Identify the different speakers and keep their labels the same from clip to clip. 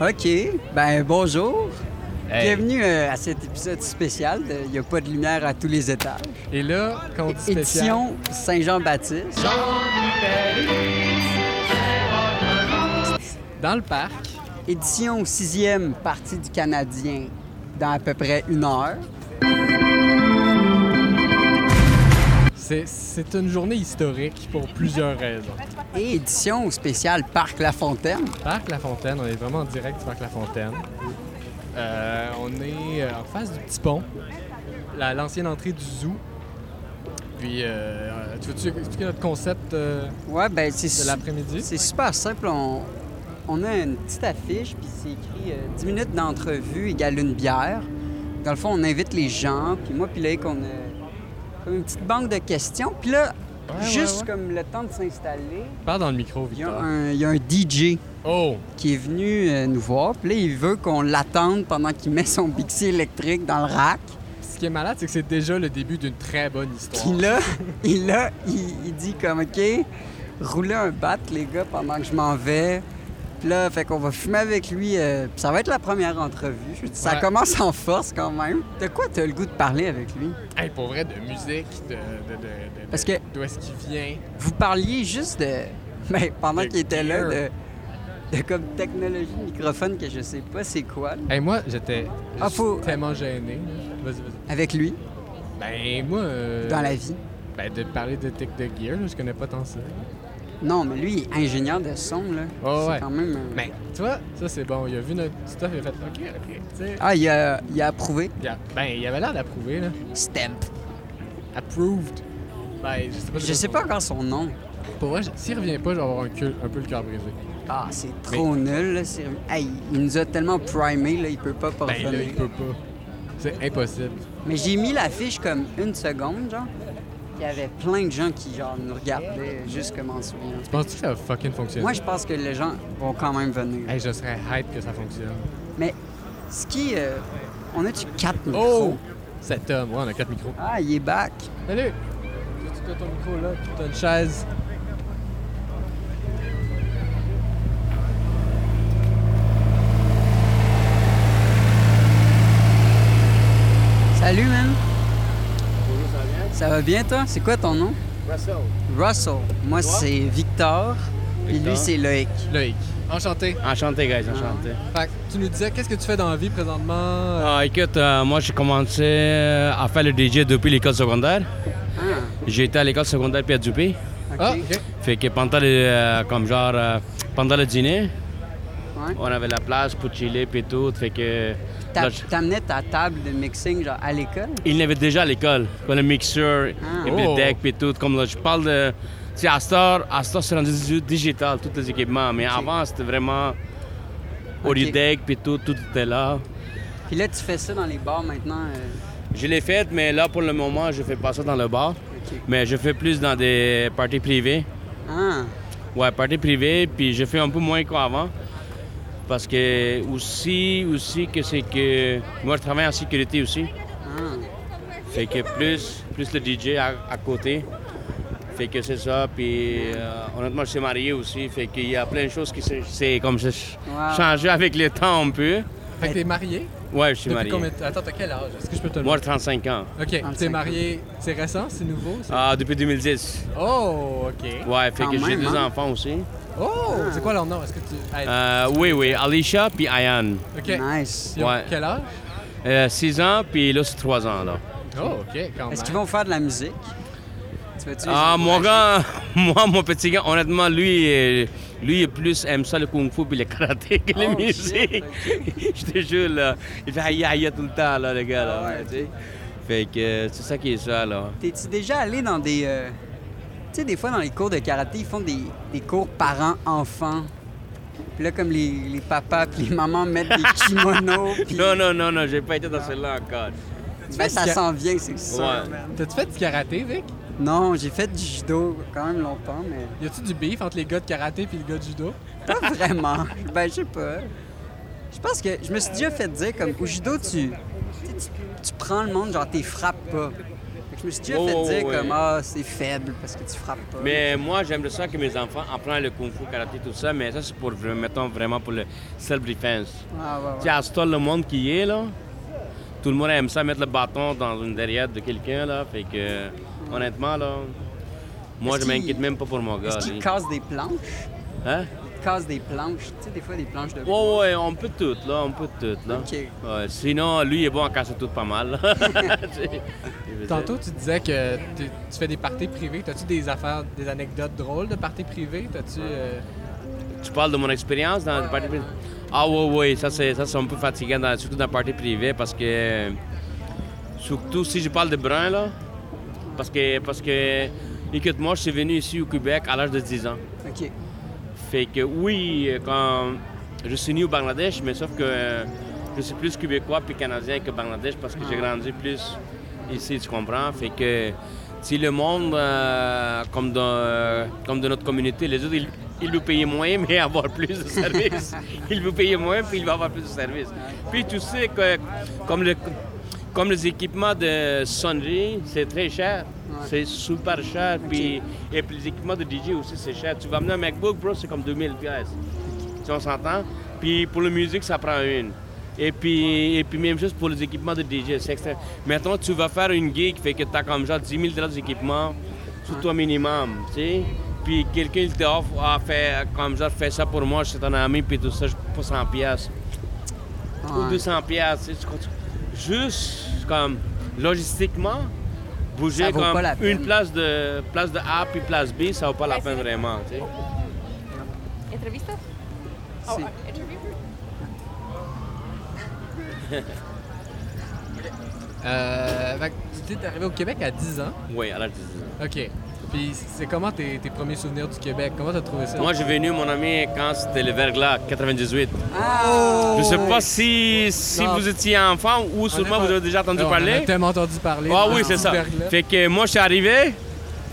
Speaker 1: OK. Ben bonjour. Bienvenue euh, à cet épisode spécial de Il n'y a pas de lumière à tous les étages.
Speaker 2: Et là, quand on dit spécial,
Speaker 1: Édition Saint-Jean-Baptiste.
Speaker 2: dans le parc,
Speaker 1: Édition sixième partie du Canadien dans à peu près une heure.
Speaker 2: c'est- c'est une journée historique pour plusieurs raisons.
Speaker 1: Et édition spéciale Parc La Fontaine.
Speaker 2: Parc La Fontaine, on est vraiment en direct du Parc La Fontaine. Euh, on est euh, en face du petit pont, la- l'ancienne entrée du zoo. Puis, euh, tu veux-tu expliquer notre concept euh,
Speaker 1: Ouais, ben c'est
Speaker 2: de
Speaker 1: su-
Speaker 2: l'après-midi?
Speaker 1: c'est super simple. On, on a une petite affiche, puis c'est écrit euh, 10 minutes d'entrevue égale une bière. Dans le fond, on invite les gens, puis moi, puis là, qu'on a comme une petite banque de questions. Puis là,
Speaker 2: Ouais,
Speaker 1: juste
Speaker 2: ouais, ouais.
Speaker 1: comme le temps de s'installer,
Speaker 2: Parle dans le micro,
Speaker 1: il y, a
Speaker 2: Victor.
Speaker 1: un- il y a un DJ
Speaker 2: Oh!
Speaker 1: qui est venu euh, nous voir. Puis là, il veut qu'on l'attende pendant qu'il met son bixi électrique dans le rack.
Speaker 2: Ce qui est malade, c'est que c'est déjà le début d'une très bonne
Speaker 1: Puis
Speaker 2: histoire.
Speaker 1: là, il, là, il, il dit comme, OK, roulez un bat, les gars, pendant que je m'en vais. Puis là, fait qu'on va fumer avec lui. euh, puis ça va être la première entrevue. Je dis, Ça
Speaker 2: Ouais.
Speaker 1: commence en force quand même. De quoi t'as le goût de parler avec lui?
Speaker 2: Hey, pour vrai, de musique, de, de- de- de-
Speaker 1: Parce
Speaker 2: de-
Speaker 1: que-
Speaker 2: d'où est-ce qu'il vient.
Speaker 1: Vous parliez juste de... Ben, pendant
Speaker 2: De
Speaker 1: qu'il était là, de,
Speaker 2: gear.
Speaker 1: de comme technologie microphone que je sais pas c'est quoi, là,
Speaker 2: Hey, moi, j'étais
Speaker 1: Ah, faut-
Speaker 2: tellement gêné. Vas-y, vas-y.
Speaker 1: avec lui,
Speaker 2: Ben, moi. euh,
Speaker 1: dans la vie.
Speaker 2: Ben, de parler de tech de gear, là, je connais pas tant ça.
Speaker 1: Non, mais lui, il est ingénieur de son, là.
Speaker 2: Ouais,
Speaker 1: c'est
Speaker 2: ouais. Ben.
Speaker 1: quand même... euh, un-
Speaker 2: Mais tu vois, ça c'est bon. Il a vu notre stuff, il a fait OK, OK. tu sais.
Speaker 1: Ah, il a, il a approuvé.
Speaker 2: Il a- Ben, il avait l'air d'approuver, là.
Speaker 1: Stamp.
Speaker 2: Approved. Ben, je sais pas.
Speaker 1: Je sais pas encore son nom.
Speaker 2: Pour moi, s'il revient pas, je vais avoir un, cul- un peu le cœur brisé.
Speaker 1: Ah, c'est trop nul, là. c'est- Hey, il nous a tellement primé, là, il peut pas
Speaker 2: Ben,
Speaker 1: parvenir.
Speaker 2: là, il peut pas. C'est impossible.
Speaker 1: Mais j'ai mis l'affiche comme une seconde, genre. Il y avait plein de gens qui, genre, nous regardaient juste comme en souriant.
Speaker 2: Penses-tu que ça va fucking fonctionner?
Speaker 1: Moi, je pense que les gens vont quand même venir.
Speaker 2: Hey, je serais hype que ça fonctionne.
Speaker 1: Mais ce qui... euh, on a-tu quatre
Speaker 2: Oh!
Speaker 1: micros?
Speaker 2: Cet homme, ouais, on a quatre micros.
Speaker 1: Ah, il est back.
Speaker 2: Salut! Tu as ton micro là, puis t'as une chaise.
Speaker 1: Salut, man. Ça va bien, toi? C'est quoi ton nom?
Speaker 3: Russell.
Speaker 1: Russell. Moi, c'est Victor. Puis
Speaker 3: Victor.
Speaker 1: lui, c'est Loïc.
Speaker 2: Loïc. Enchanté.
Speaker 3: Enchanté, guys, enchanté.
Speaker 2: Fait que tu nous disais, qu'est-ce que tu fais dans la vie présentement? Euh,
Speaker 3: Ah, écoute, euh, moi, j'ai commencé euh, à faire le DJ depuis l'école secondaire.
Speaker 1: Ah,
Speaker 3: J'ai été à l'école secondaire puis à Dupuis.
Speaker 1: OK.
Speaker 2: Ah, ok.
Speaker 3: Fait que pendant le, euh, comme genre, euh, pendant le dîner,
Speaker 1: Ouais.
Speaker 3: on avait la place pour chiller puis tout. Fait que...
Speaker 1: T'a-
Speaker 3: là, je-
Speaker 1: T'amenais ta table de mixing, genre, à l'école?
Speaker 3: il n'avait déjà à l'école, comme le mixeur,
Speaker 1: Ah.
Speaker 3: et puis
Speaker 2: Oh.
Speaker 3: le deck puis tout. Comme là, je parle de... Tu sais, à Star, à Star, c'est rendu du- digital, tous les équipements. Mais avant, c'était vraiment audio
Speaker 1: Ok.
Speaker 3: deck puis tout, tout était là.
Speaker 1: Puis là, tu fais ça dans les bars maintenant. euh,
Speaker 3: Je l'ai faite, mais là, pour le moment, je fais pas ça dans le bar.
Speaker 1: OK.
Speaker 3: Mais je fais plus dans des parties privées.
Speaker 1: Ah,
Speaker 3: Ouais, parties privées, puis je fais un peu moins qu'avant. Parce que aussi, aussi que c'est que moi je travaille en sécurité aussi.
Speaker 1: ah.
Speaker 3: Fait que plus, plus le DJ à, à côté. Fait que c'est ça. Puis euh, honnêtement, je suis marié aussi. Fait qu'il y a plein de choses qui s'est- c'est comme ça,
Speaker 1: Wow.
Speaker 3: changé avec le temps un peu.
Speaker 2: Fait que t'es marié?
Speaker 3: Ouais, je suis
Speaker 2: Depuis
Speaker 3: marié.
Speaker 2: combien de- Attends, t'as quel âge? Est-ce que je peux te le
Speaker 3: Moi, 35 ans.
Speaker 2: Ok,
Speaker 1: 35
Speaker 2: t'es marié, c'est récent, c'est nouveau? c'est-
Speaker 3: Ah, depuis 2010.
Speaker 2: Oh, ok.
Speaker 3: Ouais, fait
Speaker 1: Quand
Speaker 3: que j'ai
Speaker 1: même,
Speaker 3: deux
Speaker 1: hein?
Speaker 3: enfants aussi.
Speaker 2: Oh, c'est quoi leur nom? Est-ce que tu. Hey,
Speaker 3: Euh, oui, oui, Alicia puis Ayan.
Speaker 2: ok.
Speaker 1: Nice.
Speaker 2: Ils ont
Speaker 3: ouais.
Speaker 2: Quel âge?
Speaker 3: 6 Euh, ans, puis là, c'est 3 ans. Là.
Speaker 2: Oh, ok, quand
Speaker 1: Est-ce
Speaker 2: même.
Speaker 1: qu'ils vont faire de la musique? Tu veux-tu les
Speaker 3: Ah, mon
Speaker 1: encourager?
Speaker 3: gars, moi, mon petit gars, honnêtement, lui, euh, lui, il plus aime ça, le kung-fu puis le karaté que les
Speaker 1: Oh, shit,
Speaker 3: musiques. Je te jure, là, il fait aïe aïe tout le temps, là, le gars. Là,
Speaker 1: Ah ouais.
Speaker 3: tu sais. Fait que euh, c'est ça qui est ça, là.
Speaker 1: T'es-tu déjà allé dans des... euh, Tu sais, des fois, dans les cours de karaté, ils font des, des cours parents-enfants. Puis là, comme les, les papas puis les mamans mettent des kimonos, puis
Speaker 3: Non, non, non, non, j'ai pas été dans celle-là encore.
Speaker 1: ben, ça
Speaker 2: Parce que-
Speaker 1: s'en vient, c'est sûr.
Speaker 3: Ouais.
Speaker 1: man.
Speaker 2: T'as-tu fait du karaté, Vic?
Speaker 1: Non, j'ai fait du judo quand même longtemps, mais
Speaker 2: Y a-tu du beef entre les gars de karaté puis le gars de judo?
Speaker 1: Pas vraiment. Ben, je sais pas. Je pense que je me suis déjà fait dire, comme au judo, tu, tu, sais, tu- tu prends le monde, genre, t'es frappes pas. Fait que je me suis déjà
Speaker 3: Oh,
Speaker 1: fait
Speaker 3: oh,
Speaker 1: dire
Speaker 3: ouais.
Speaker 1: comme Ah, c'est faible parce que tu frappes pas.
Speaker 3: Mais moi, j'aimerais ça que mes enfants apprennent le kung fu, karaté, tout ça, mais ça, c'est pour, vra- mettons, vraiment pour le self-defense.
Speaker 1: Ah, ouais, ouais.
Speaker 3: Tu sais, à ce temps, le monde qui est, là, tout le monde aime ça mettre le bâton dans une derrière de quelqu'un, là. Fait que, honnêtement, là, moi,
Speaker 1: Est-ce
Speaker 3: je m'inquiète
Speaker 1: qu'il-
Speaker 3: même pas pour mon gars.
Speaker 1: Est-ce qu'il
Speaker 3: lui.
Speaker 1: casse des planches?
Speaker 3: Hein?
Speaker 1: Il casse des planches. Tu sais, des fois, des planches de.
Speaker 3: Ouais, ouais, on peut tout, là, on peut tout, là.
Speaker 1: OK.
Speaker 3: Ouais, sinon, lui, il est bon à casser tout pas mal, là. Tu sais, il veut
Speaker 2: Tantôt,
Speaker 3: dire.
Speaker 2: tu disais que tu tu fais des parties privées. T'as-tu des affaires, des anecdotes drôles de parties privées? T'as-tu... euh,
Speaker 3: Tu parles de mon expérience dans le parti privé? Ah oui, oui, ça c'est, ça, c'est un peu fatigant, dans- surtout dans le parti privé, parce que... euh, Surtout si je parle de brun, là, parce que... Parce que écoute-moi, je suis venu ici au Québec à l'âge de 10 ans.
Speaker 1: OK.
Speaker 3: Fait que oui, euh, quand je suis né au Bangladesh, mais sauf que euh, je suis plus québécois puis canadien que Bangladesh parce que j'ai grandi plus ici, tu comprends. Fait que si le monde, euh, comme, dans, euh, comme de notre communauté, les autres, ils, ils nous payent moins, mais avoir plus de services. ils nous payent moins, puis ils vont avoir plus de services. Puis tu sais que comme, le, comme les équipements de sonnerie, c'est très cher. C'est super cher. Puis, et puis les équipements de DJ aussi, c'est cher. Tu vas amener un MacBook, bro, c'est comme 2000 pièces. Si on s'entend. Puis pour la musique, ça prend une. Et puis, et puis même chose pour les équipements de DJ, c'est extra. Maintenant, tu vas faire une gig, fait que tu as comme genre 10 000 d'équipement, sur toi minimum, tu sais. Puis quelqu'un il t'offre, ah, fais, comme genre, fais ça pour moi, c'est ton ami, puis tout ça, je- pour 100 pièces ou
Speaker 1: Ouais.
Speaker 3: 200 pièces, tu sais, tu comprends- juste comme logistiquement bouger
Speaker 1: Ça vaut
Speaker 3: comme
Speaker 1: pas la peine.
Speaker 3: une place de place de A puis place B, ça vaut pas la
Speaker 4: Ouais,
Speaker 3: peine
Speaker 4: c'est vrai.
Speaker 3: vraiment, tu sais.
Speaker 4: ¿Entrevistas? Oh,
Speaker 1: Sí.
Speaker 4: uh, interview?
Speaker 2: euh, fait que tu t'es arrivé au Québec à 10 ans.
Speaker 3: Oui, alors je-
Speaker 2: OK. Puis c'est comment tes, tes premiers souvenirs du Québec? Comment t'as trouvé ça?
Speaker 3: moi j'ai venu mon ami quand c'était le verglas 98.
Speaker 1: Ah!
Speaker 3: Je sais pas si si
Speaker 2: Non.
Speaker 3: vous étiez enfant ou sûrement vous avez déjà entendu
Speaker 2: Non, On en
Speaker 3: parler.
Speaker 2: a tellement entendu parler.
Speaker 3: Ah
Speaker 2: dans
Speaker 3: oui,
Speaker 2: ce
Speaker 3: c'est ça.
Speaker 2: verglas.
Speaker 3: Fait que moi, je suis arrivé,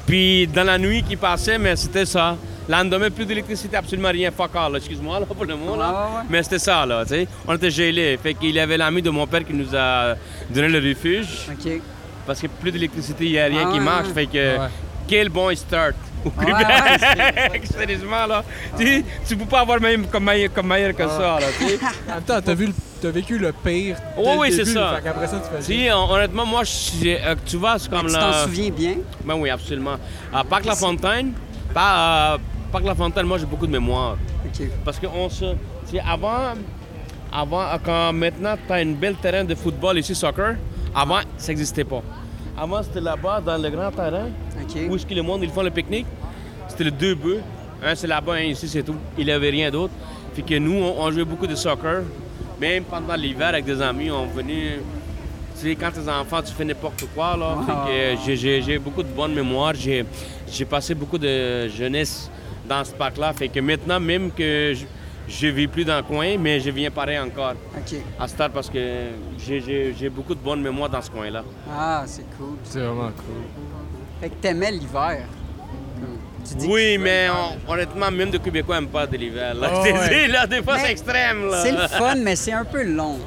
Speaker 3: puis dans la nuit qui passait, mais c'était ça. Lendemain, plus d'électricité, absolument rien. Fuck all, là. excuse-moi là, pour le mot. Là.
Speaker 1: Ouais, ouais, ouais.
Speaker 3: Mais c'était ça, là, tu sais. On était gelés. Fait qu'il y avait l'ami de mon père qui nous a donné le refuge,
Speaker 1: OK.
Speaker 3: parce que plus d'électricité, il n'y a rien
Speaker 1: Ah,
Speaker 3: qui
Speaker 1: ouais,
Speaker 3: marche.
Speaker 1: ouais.
Speaker 3: Fait que
Speaker 2: Ouais.
Speaker 3: quel bon start au
Speaker 1: Ouais,
Speaker 3: Québec. Sérieusement, là. Tu sais, Tu peux pas avoir même comme meilleur, comme meilleur que ça, là, tu sais.
Speaker 2: En même temps, t'as vu le- t'as vécu le pire. dès
Speaker 3: Ouais,
Speaker 2: le
Speaker 3: oui, c'est
Speaker 2: début,
Speaker 3: ça.
Speaker 2: Fait qu'après ça, tu fais
Speaker 3: Tu sais, hon- honnêtement, moi, je suis- euh, tu vois, c'est comme
Speaker 1: Tu
Speaker 3: la-
Speaker 1: t'en souviens bien?
Speaker 3: Ben oui, absolument. À Parc La Fontaine, par, euh, Parc La Fontaine, moi j'ai beaucoup de mémoire.
Speaker 1: OK.
Speaker 3: Parce que on se. tu sais, avant, avant, euh, quand maintenant tu as un bel terrain de football ici, soccer, avant ça n'existait pas. Avant c'était là-bas dans le grand terrain
Speaker 1: OK.
Speaker 3: où est-ce que le monde ils font le pique-nique. C'était les deux bœufs. Un c'est là-bas, un ici c'est tout. Il n'y avait rien d'autre. Fait que nous, on, on jouait beaucoup de soccer. Même pendant l'hiver avec des amis, on venait. Tu sais, quand t'es enfant, tu fais n'importe quoi. Là. Fait que j'ai- j'ai- j'ai beaucoup de bonnes mémoires. J'ai j'ai passé beaucoup de jeunesse dans ce parc-là. Fait que maintenant, même que je- je ne vis plus dans le coin, mais je viens pareil encore
Speaker 1: OK.
Speaker 3: à Star parce que j'ai- j'ai j'ai beaucoup de bonnes mémoires dans ce coin-là.
Speaker 1: Ah, c'est cool.
Speaker 2: C'est vraiment oh, cool.
Speaker 1: Fait que t'aimais l'hiver. Comme tu dis
Speaker 3: Oui, mais on- honnêtement, même les Québécois n'aiment pas de l'hiver. Là,
Speaker 2: Ah
Speaker 3: Je t'ai
Speaker 2: ouais.
Speaker 3: dit, là, des fois,
Speaker 1: Mais
Speaker 3: c'est extrême. Là.
Speaker 1: C'est le fun, mais c'est un peu long.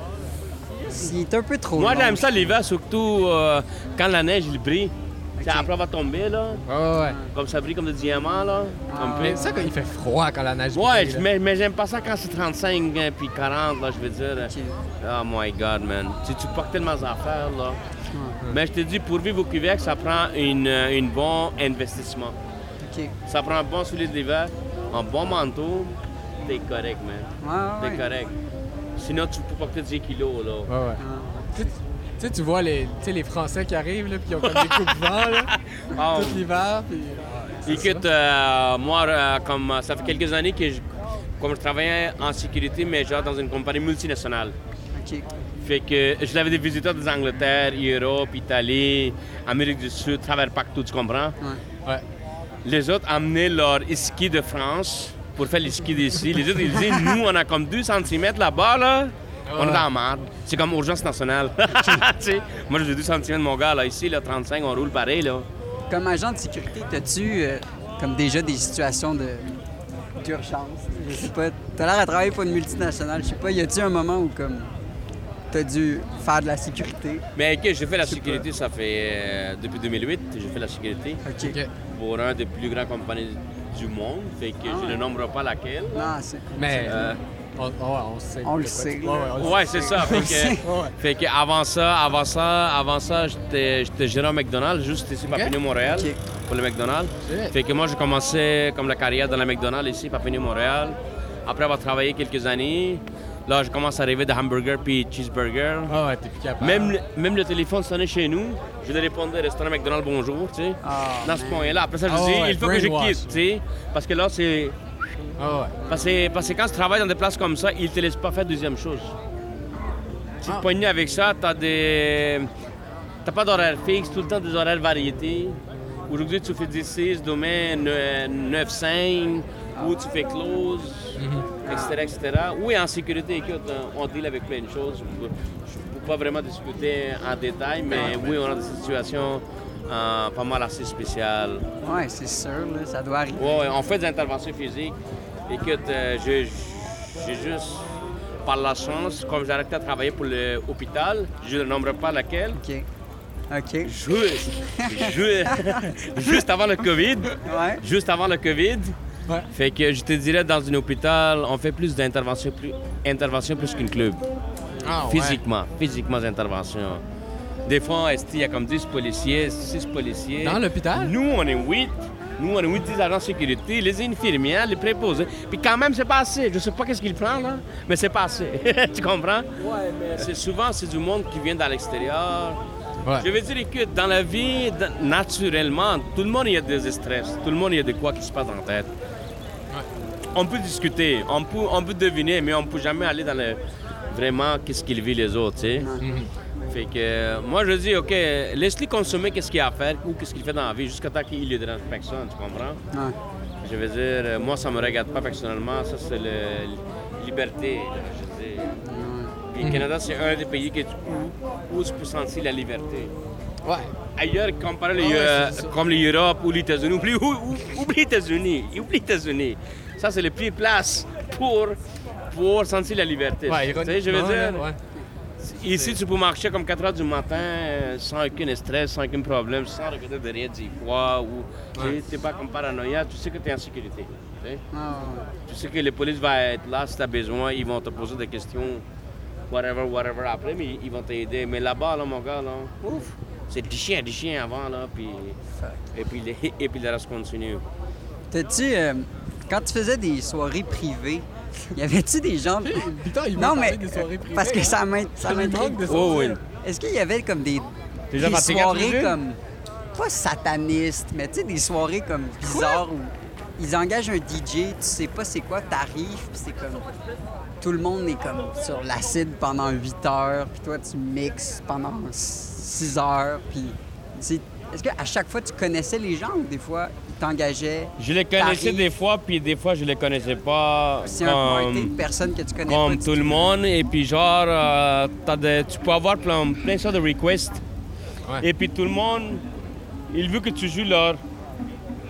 Speaker 1: C'est un peu trop
Speaker 3: Moi,
Speaker 1: long.
Speaker 3: j'aime ça l'hiver, surtout euh, quand la neige il brille.
Speaker 1: Ok.
Speaker 3: Ça, Après, va tomber, là.
Speaker 2: Ouais, ouais, ouais.
Speaker 3: Comme ça brille comme des diamants, là.
Speaker 1: Ah,
Speaker 3: un
Speaker 2: Mais
Speaker 3: peu.
Speaker 2: ça, quand il fait froid, quand la neige
Speaker 3: Ouais,
Speaker 2: brille,
Speaker 3: je-
Speaker 2: là.
Speaker 3: mais, mais j'aime pas ça quand c'est 35 hein, puis 40, là, je veux dire. Oh my God, man. Tu, tu portes tellement d'affaires, là. Mais je te dis, pour vivre au Québec, ça prend une, euh, une bon investissement.
Speaker 1: OK. Ouais,
Speaker 3: Ça prend un bon soulier d'hiver, un bon manteau, t'es correct, man.
Speaker 1: ouais,
Speaker 3: T'es
Speaker 1: ouais.
Speaker 3: correct. Sinon, tu peux porter 10 kilos, là.
Speaker 2: Ouais, ouais.
Speaker 1: Ah,
Speaker 2: Tu sais, tu- tu sais, tu vois les, tu sais, les Français qui arrivent, là, puis qui ont comme des coupes vent, là,
Speaker 3: Ah,
Speaker 2: tout l'hiver, puis... c'est
Speaker 3: écoute,
Speaker 2: ça.
Speaker 3: euh, moi, euh, comme euh, ça fait quelques années que je, comme je travaillais en sécurité, mais genre dans une compagnie multinationale.
Speaker 1: OK.
Speaker 3: Fait que je l'avais des visiteurs des Angleterre, Europe, Italie, Amérique du Sud, travers partout, tu comprends?
Speaker 1: Ouais.
Speaker 2: Ouais.
Speaker 3: Les autres amenaient leur ski de France pour faire les skis d'ici. Les autres, ils disaient, nous, on a comme 2 cm là-bas, là. On est en merde. C'est comme urgence nationale. Tu sais, Moi, j'ai 2 cm, mon gars, là. Ici, là, 35, on roule pareil, là.
Speaker 1: Comme agent de sécurité, t'as-tu euh, comme déjà des situations de d'urgence? Je sais pas. T'as l'air à travailler pour une multinationale. Je sais pas, y a-tu un moment où comme tu as dû faire de la sécurité.
Speaker 3: Mais que j'ai fait la
Speaker 1: Je sais
Speaker 3: sécurité, ça fait euh, depuis 2008, j'ai fait la sécurité
Speaker 1: OK.
Speaker 2: OK.
Speaker 3: pour un des plus grandes compagnies du monde. Fait que je ne nombre pas laquelle.
Speaker 1: Non, c'est...
Speaker 2: Mais
Speaker 3: Euh,
Speaker 2: on, on- on sait.
Speaker 1: On le
Speaker 2: de quoi tu-
Speaker 1: sait,
Speaker 2: Ouais,
Speaker 1: là.
Speaker 2: ouais, on le
Speaker 3: ouais, c'est ça. Fait
Speaker 1: C'est-
Speaker 3: que,
Speaker 2: sait. Ouais, ouais.
Speaker 3: fait que avant ça, avant ça, avant ça, j'étais j'étais gérant McDonald's juste ici à Papineau, Montréal,
Speaker 1: OK.
Speaker 3: pour le McDonald's.
Speaker 2: Shit.
Speaker 3: Fait que moi, j'ai commencé comme la carrière dans la McDonald's ici, Papineau, Montréal. Après avoir travaillé quelques années, là, je commence à rêver de hamburger puis cheeseburger.
Speaker 2: Ah ouais, t'es plus capable.
Speaker 3: Même, le- même le téléphone sonnait chez nous, je lui répondais restaurant McDonald's bonjour, tu sais.
Speaker 1: Ah,
Speaker 3: dans ce
Speaker 1: man.
Speaker 3: point-là. Après ça, je
Speaker 2: Ah
Speaker 3: dis,
Speaker 2: ouais,
Speaker 3: il faut que je
Speaker 2: brainwash.
Speaker 3: quitte, tu sais. Parce que là, c'est.
Speaker 2: Ah ouais.
Speaker 3: Parce, que- parce que quand tu travailles dans des places comme ça, ils te laissent pas faire deuxième chose. Tu te pognes avec ça, t'as des. T'as pas d'horaire fixe, tout le temps des horaires variétés. Aujourd'hui, tu fais 10-6, demain 9-5, ou tu fais close, etc., etc. Oui, en sécurité, écoute, on deal avec plein de choses. Je ne peux pas vraiment discuter en détail, mais oui, on a des situations euh, pas mal assez spéciales.
Speaker 1: Ouais, c'est sûr, là, ça doit arriver.
Speaker 3: Ouais, ouais, on fait des interventions physiques. Écoute, euh, j'ai j'ai juste, par la chance, comme j'ai arrêté de travailler pour l'hôpital, je ne nombre pas laquelle,
Speaker 1: OK. OK.
Speaker 3: juste, juste, juste avant le COVID,
Speaker 1: Ouais.
Speaker 3: juste avant le COVID,
Speaker 2: Ouais.
Speaker 3: fait que je te dirais, dans un hôpital, on fait plus d'interventions plus, interventions plus qu'une club.
Speaker 2: Ah ouais.
Speaker 3: Physiquement, physiquement des interventions. Des fois, est-ce qu'il y a comme 10 policiers, 6 policiers.
Speaker 2: Dans l'hôpital?
Speaker 3: Nous, on est 8. Nous, on est 8 10 agents de sécurité, les infirmières, les préposés. Puis quand même, c'est pas assez. Je sais pas qu'est-ce qu'ils prennent, là, mais c'est pas assez. tu comprends?
Speaker 1: Ouais, mais...
Speaker 3: C'est souvent, c'est du monde qui vient dans l'extérieur.
Speaker 2: Ouais.
Speaker 3: Je veux dire que dans la vie, d- naturellement, tout le monde il y a des stress, tout le monde il y a de quoi qui se passe dans la tête. On peut discuter, on peut, on peut deviner, mais on peut jamais aller dans le vraiment qu'est-ce qu'ils vivent les autres, tu sais. Fait que euh, moi je dis ok, laisse-les consommer qu'est-ce qu'il a à faire ou qu'est-ce qu'il fait dans la vie jusqu'à temps qu'il ne dérange personne, tu comprends?
Speaker 1: Ouais.
Speaker 3: Je veux dire, euh, moi ça me regarde pas personnellement, ça c'est la liberté, là, je veux dire. Puis
Speaker 2: Mhm.
Speaker 3: le Canada c'est un des pays que tu- où, où tu peux sentir la liberté
Speaker 2: Ouais.
Speaker 3: ailleurs comparé les,
Speaker 2: Ah ouais,
Speaker 3: euh,
Speaker 2: c'est ça.
Speaker 3: comme l'Europe ou les États-Unis. Oublie, ou- ou- oublie les États-Unis. Oublie les États-Unis. Ça, c'est la pire place pour, pour sentir la liberté.
Speaker 2: Ouais,
Speaker 3: Tu sais, je veux
Speaker 2: ironiquement,
Speaker 3: dire,
Speaker 2: là, ouais.
Speaker 3: ici, tu peux marcher comme 4 heures du matin euh, sans aucun stress, sans aucun problème, sans regretter de rien, dix fois. Ou, tu
Speaker 2: Ouais.
Speaker 3: n'es pas comme paranoïa, tu sais que tu es en sécurité. tu sais.
Speaker 1: Ah,
Speaker 3: Tu sais que les polices vont être là si tu as besoin, ils vont te poser des questions, whatever, whatever, après, mais ils- ils vont t'aider. Mais là-bas, là, mon gars, là, ouf, c'est des chiens, des chiens avant, là, puis, et puis, les- et puis le reste continue.
Speaker 1: T'as-tu... euh, quand tu faisais des soirées privées, y avait-tu des gens...
Speaker 2: Putain, il m'a
Speaker 1: non,
Speaker 2: parlé
Speaker 1: mais...
Speaker 2: des soirées privées.
Speaker 1: parce que
Speaker 2: hein.
Speaker 1: ça m'int- ça
Speaker 2: lui
Speaker 1: m'intrigue.
Speaker 2: manque de
Speaker 3: Oh,
Speaker 2: sortir.
Speaker 3: oui.
Speaker 1: Est-ce qu'il y avait comme des,
Speaker 3: Des gens
Speaker 1: des
Speaker 3: fatigués à
Speaker 1: soirées
Speaker 3: bouger?
Speaker 1: comme. Pas satanistes, mais tu sais, des soirées comme bizarres où ils engagent un DJ, tu sais pas c'est quoi, t'arrives, puis c'est comme. Tout le monde est comme sur l'acide pendant 8 heures, puis toi tu mixes pendant 6 heures, puis. c'est- Est-ce qu'à chaque fois tu connaissais les gens ou des fois ils t'engageaient?
Speaker 3: Je les
Speaker 1: connaissais
Speaker 3: connaissais
Speaker 1: Paris. des
Speaker 3: des fois, puis des fois, je les connaissais pas.
Speaker 1: C'est un party de personnes que tu connais pas.
Speaker 3: comme
Speaker 1: du
Speaker 3: tout le monde. Et puis genre, euh, t'as des- tu peux avoir plein, plein ça de requests.
Speaker 2: Ouais.
Speaker 3: Et puis tout le monde, il veut que tu joues leur,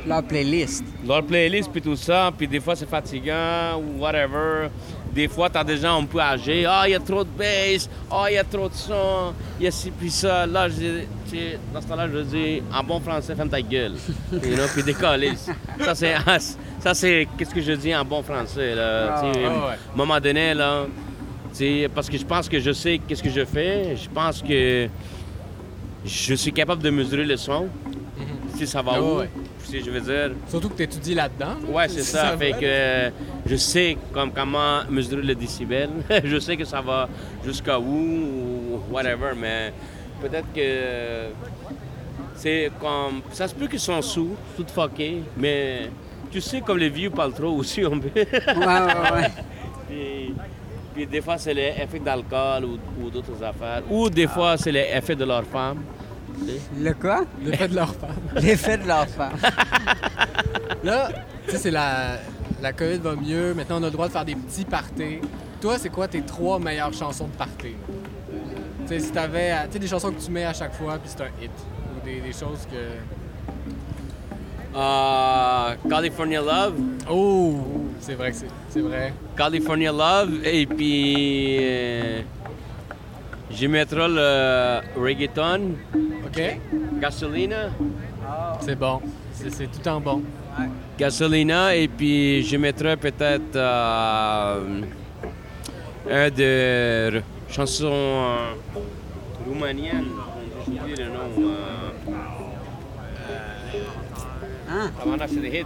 Speaker 1: Leur playlist.
Speaker 3: leur playlist, puis tout ça. Puis des fois, c'est fatigant ou whatever. Des fois, t'as des gens un peu âgés. Ah, il y a trop de bass. Ah, il y a trop de son. Il y a ci, puis ça. Là, je dis, tu sais, dans ce temps-là, je dis, en bon français, ferme ta gueule. you know, puis décoller. Ça, c'est. Ça, c'est. Qu'est-ce que je dis en bon français, là? tu sais,
Speaker 2: Ah, ouais, ouais.
Speaker 3: À un moment donné, là. tu sais, Parce que je pense que je sais qu'est-ce que je fais. Je pense que je suis capable de mesurer le son. Si ça va
Speaker 2: Ouais,
Speaker 3: où.
Speaker 2: Mhm. Ah, ouais.
Speaker 3: Si je veux dire.
Speaker 2: hein. Surtout que t'étudies là-dedans. là.
Speaker 3: Ouais, c'est ça.
Speaker 2: va,
Speaker 3: Fait
Speaker 2: là.
Speaker 3: que euh, je sais comme comment mesurer le décibel. je sais que ça va jusqu'à où ou whatever, mais peut-être que c'est comme ça se peut qu'ils sont sous, tout fuckés, mais tu sais comme les vieux parlent trop aussi on peut.
Speaker 1: Ouais, ouais, ouais.
Speaker 3: puis, puis des fois c'est l'effet d'alcool ou, ou d'autres affaires, ou des fois c'est l'effet de leur femme. tu sais.
Speaker 1: Le quoi?
Speaker 2: Le fait de leur femme.
Speaker 1: L'effet de l'enfant.
Speaker 2: Là, tu sais, c'est la... la COVID va mieux. Maintenant, on a le droit de faire des petits parties. Toi, c'est quoi tes trois meilleures chansons de party? là? Tu sais, si t'avais... à- Tu sais, des chansons que tu mets à chaque fois, puis c'est un hit. Ou des, des choses que...
Speaker 3: Euh, California Love.
Speaker 2: Oh! C'est vrai que c'est... C'est vrai.
Speaker 3: California Love et puis euh, Je mettrai le reggaeton,
Speaker 2: OK?
Speaker 3: gasolina,
Speaker 2: C'est bon. C'est c'est tout en bon.
Speaker 3: gasolina et puis je mettrai peut-être euh, un de chansons euh, roumaniennes. J'ai oublié le nom. euh,
Speaker 1: Hein?
Speaker 3: Euh, avant c'est des hits.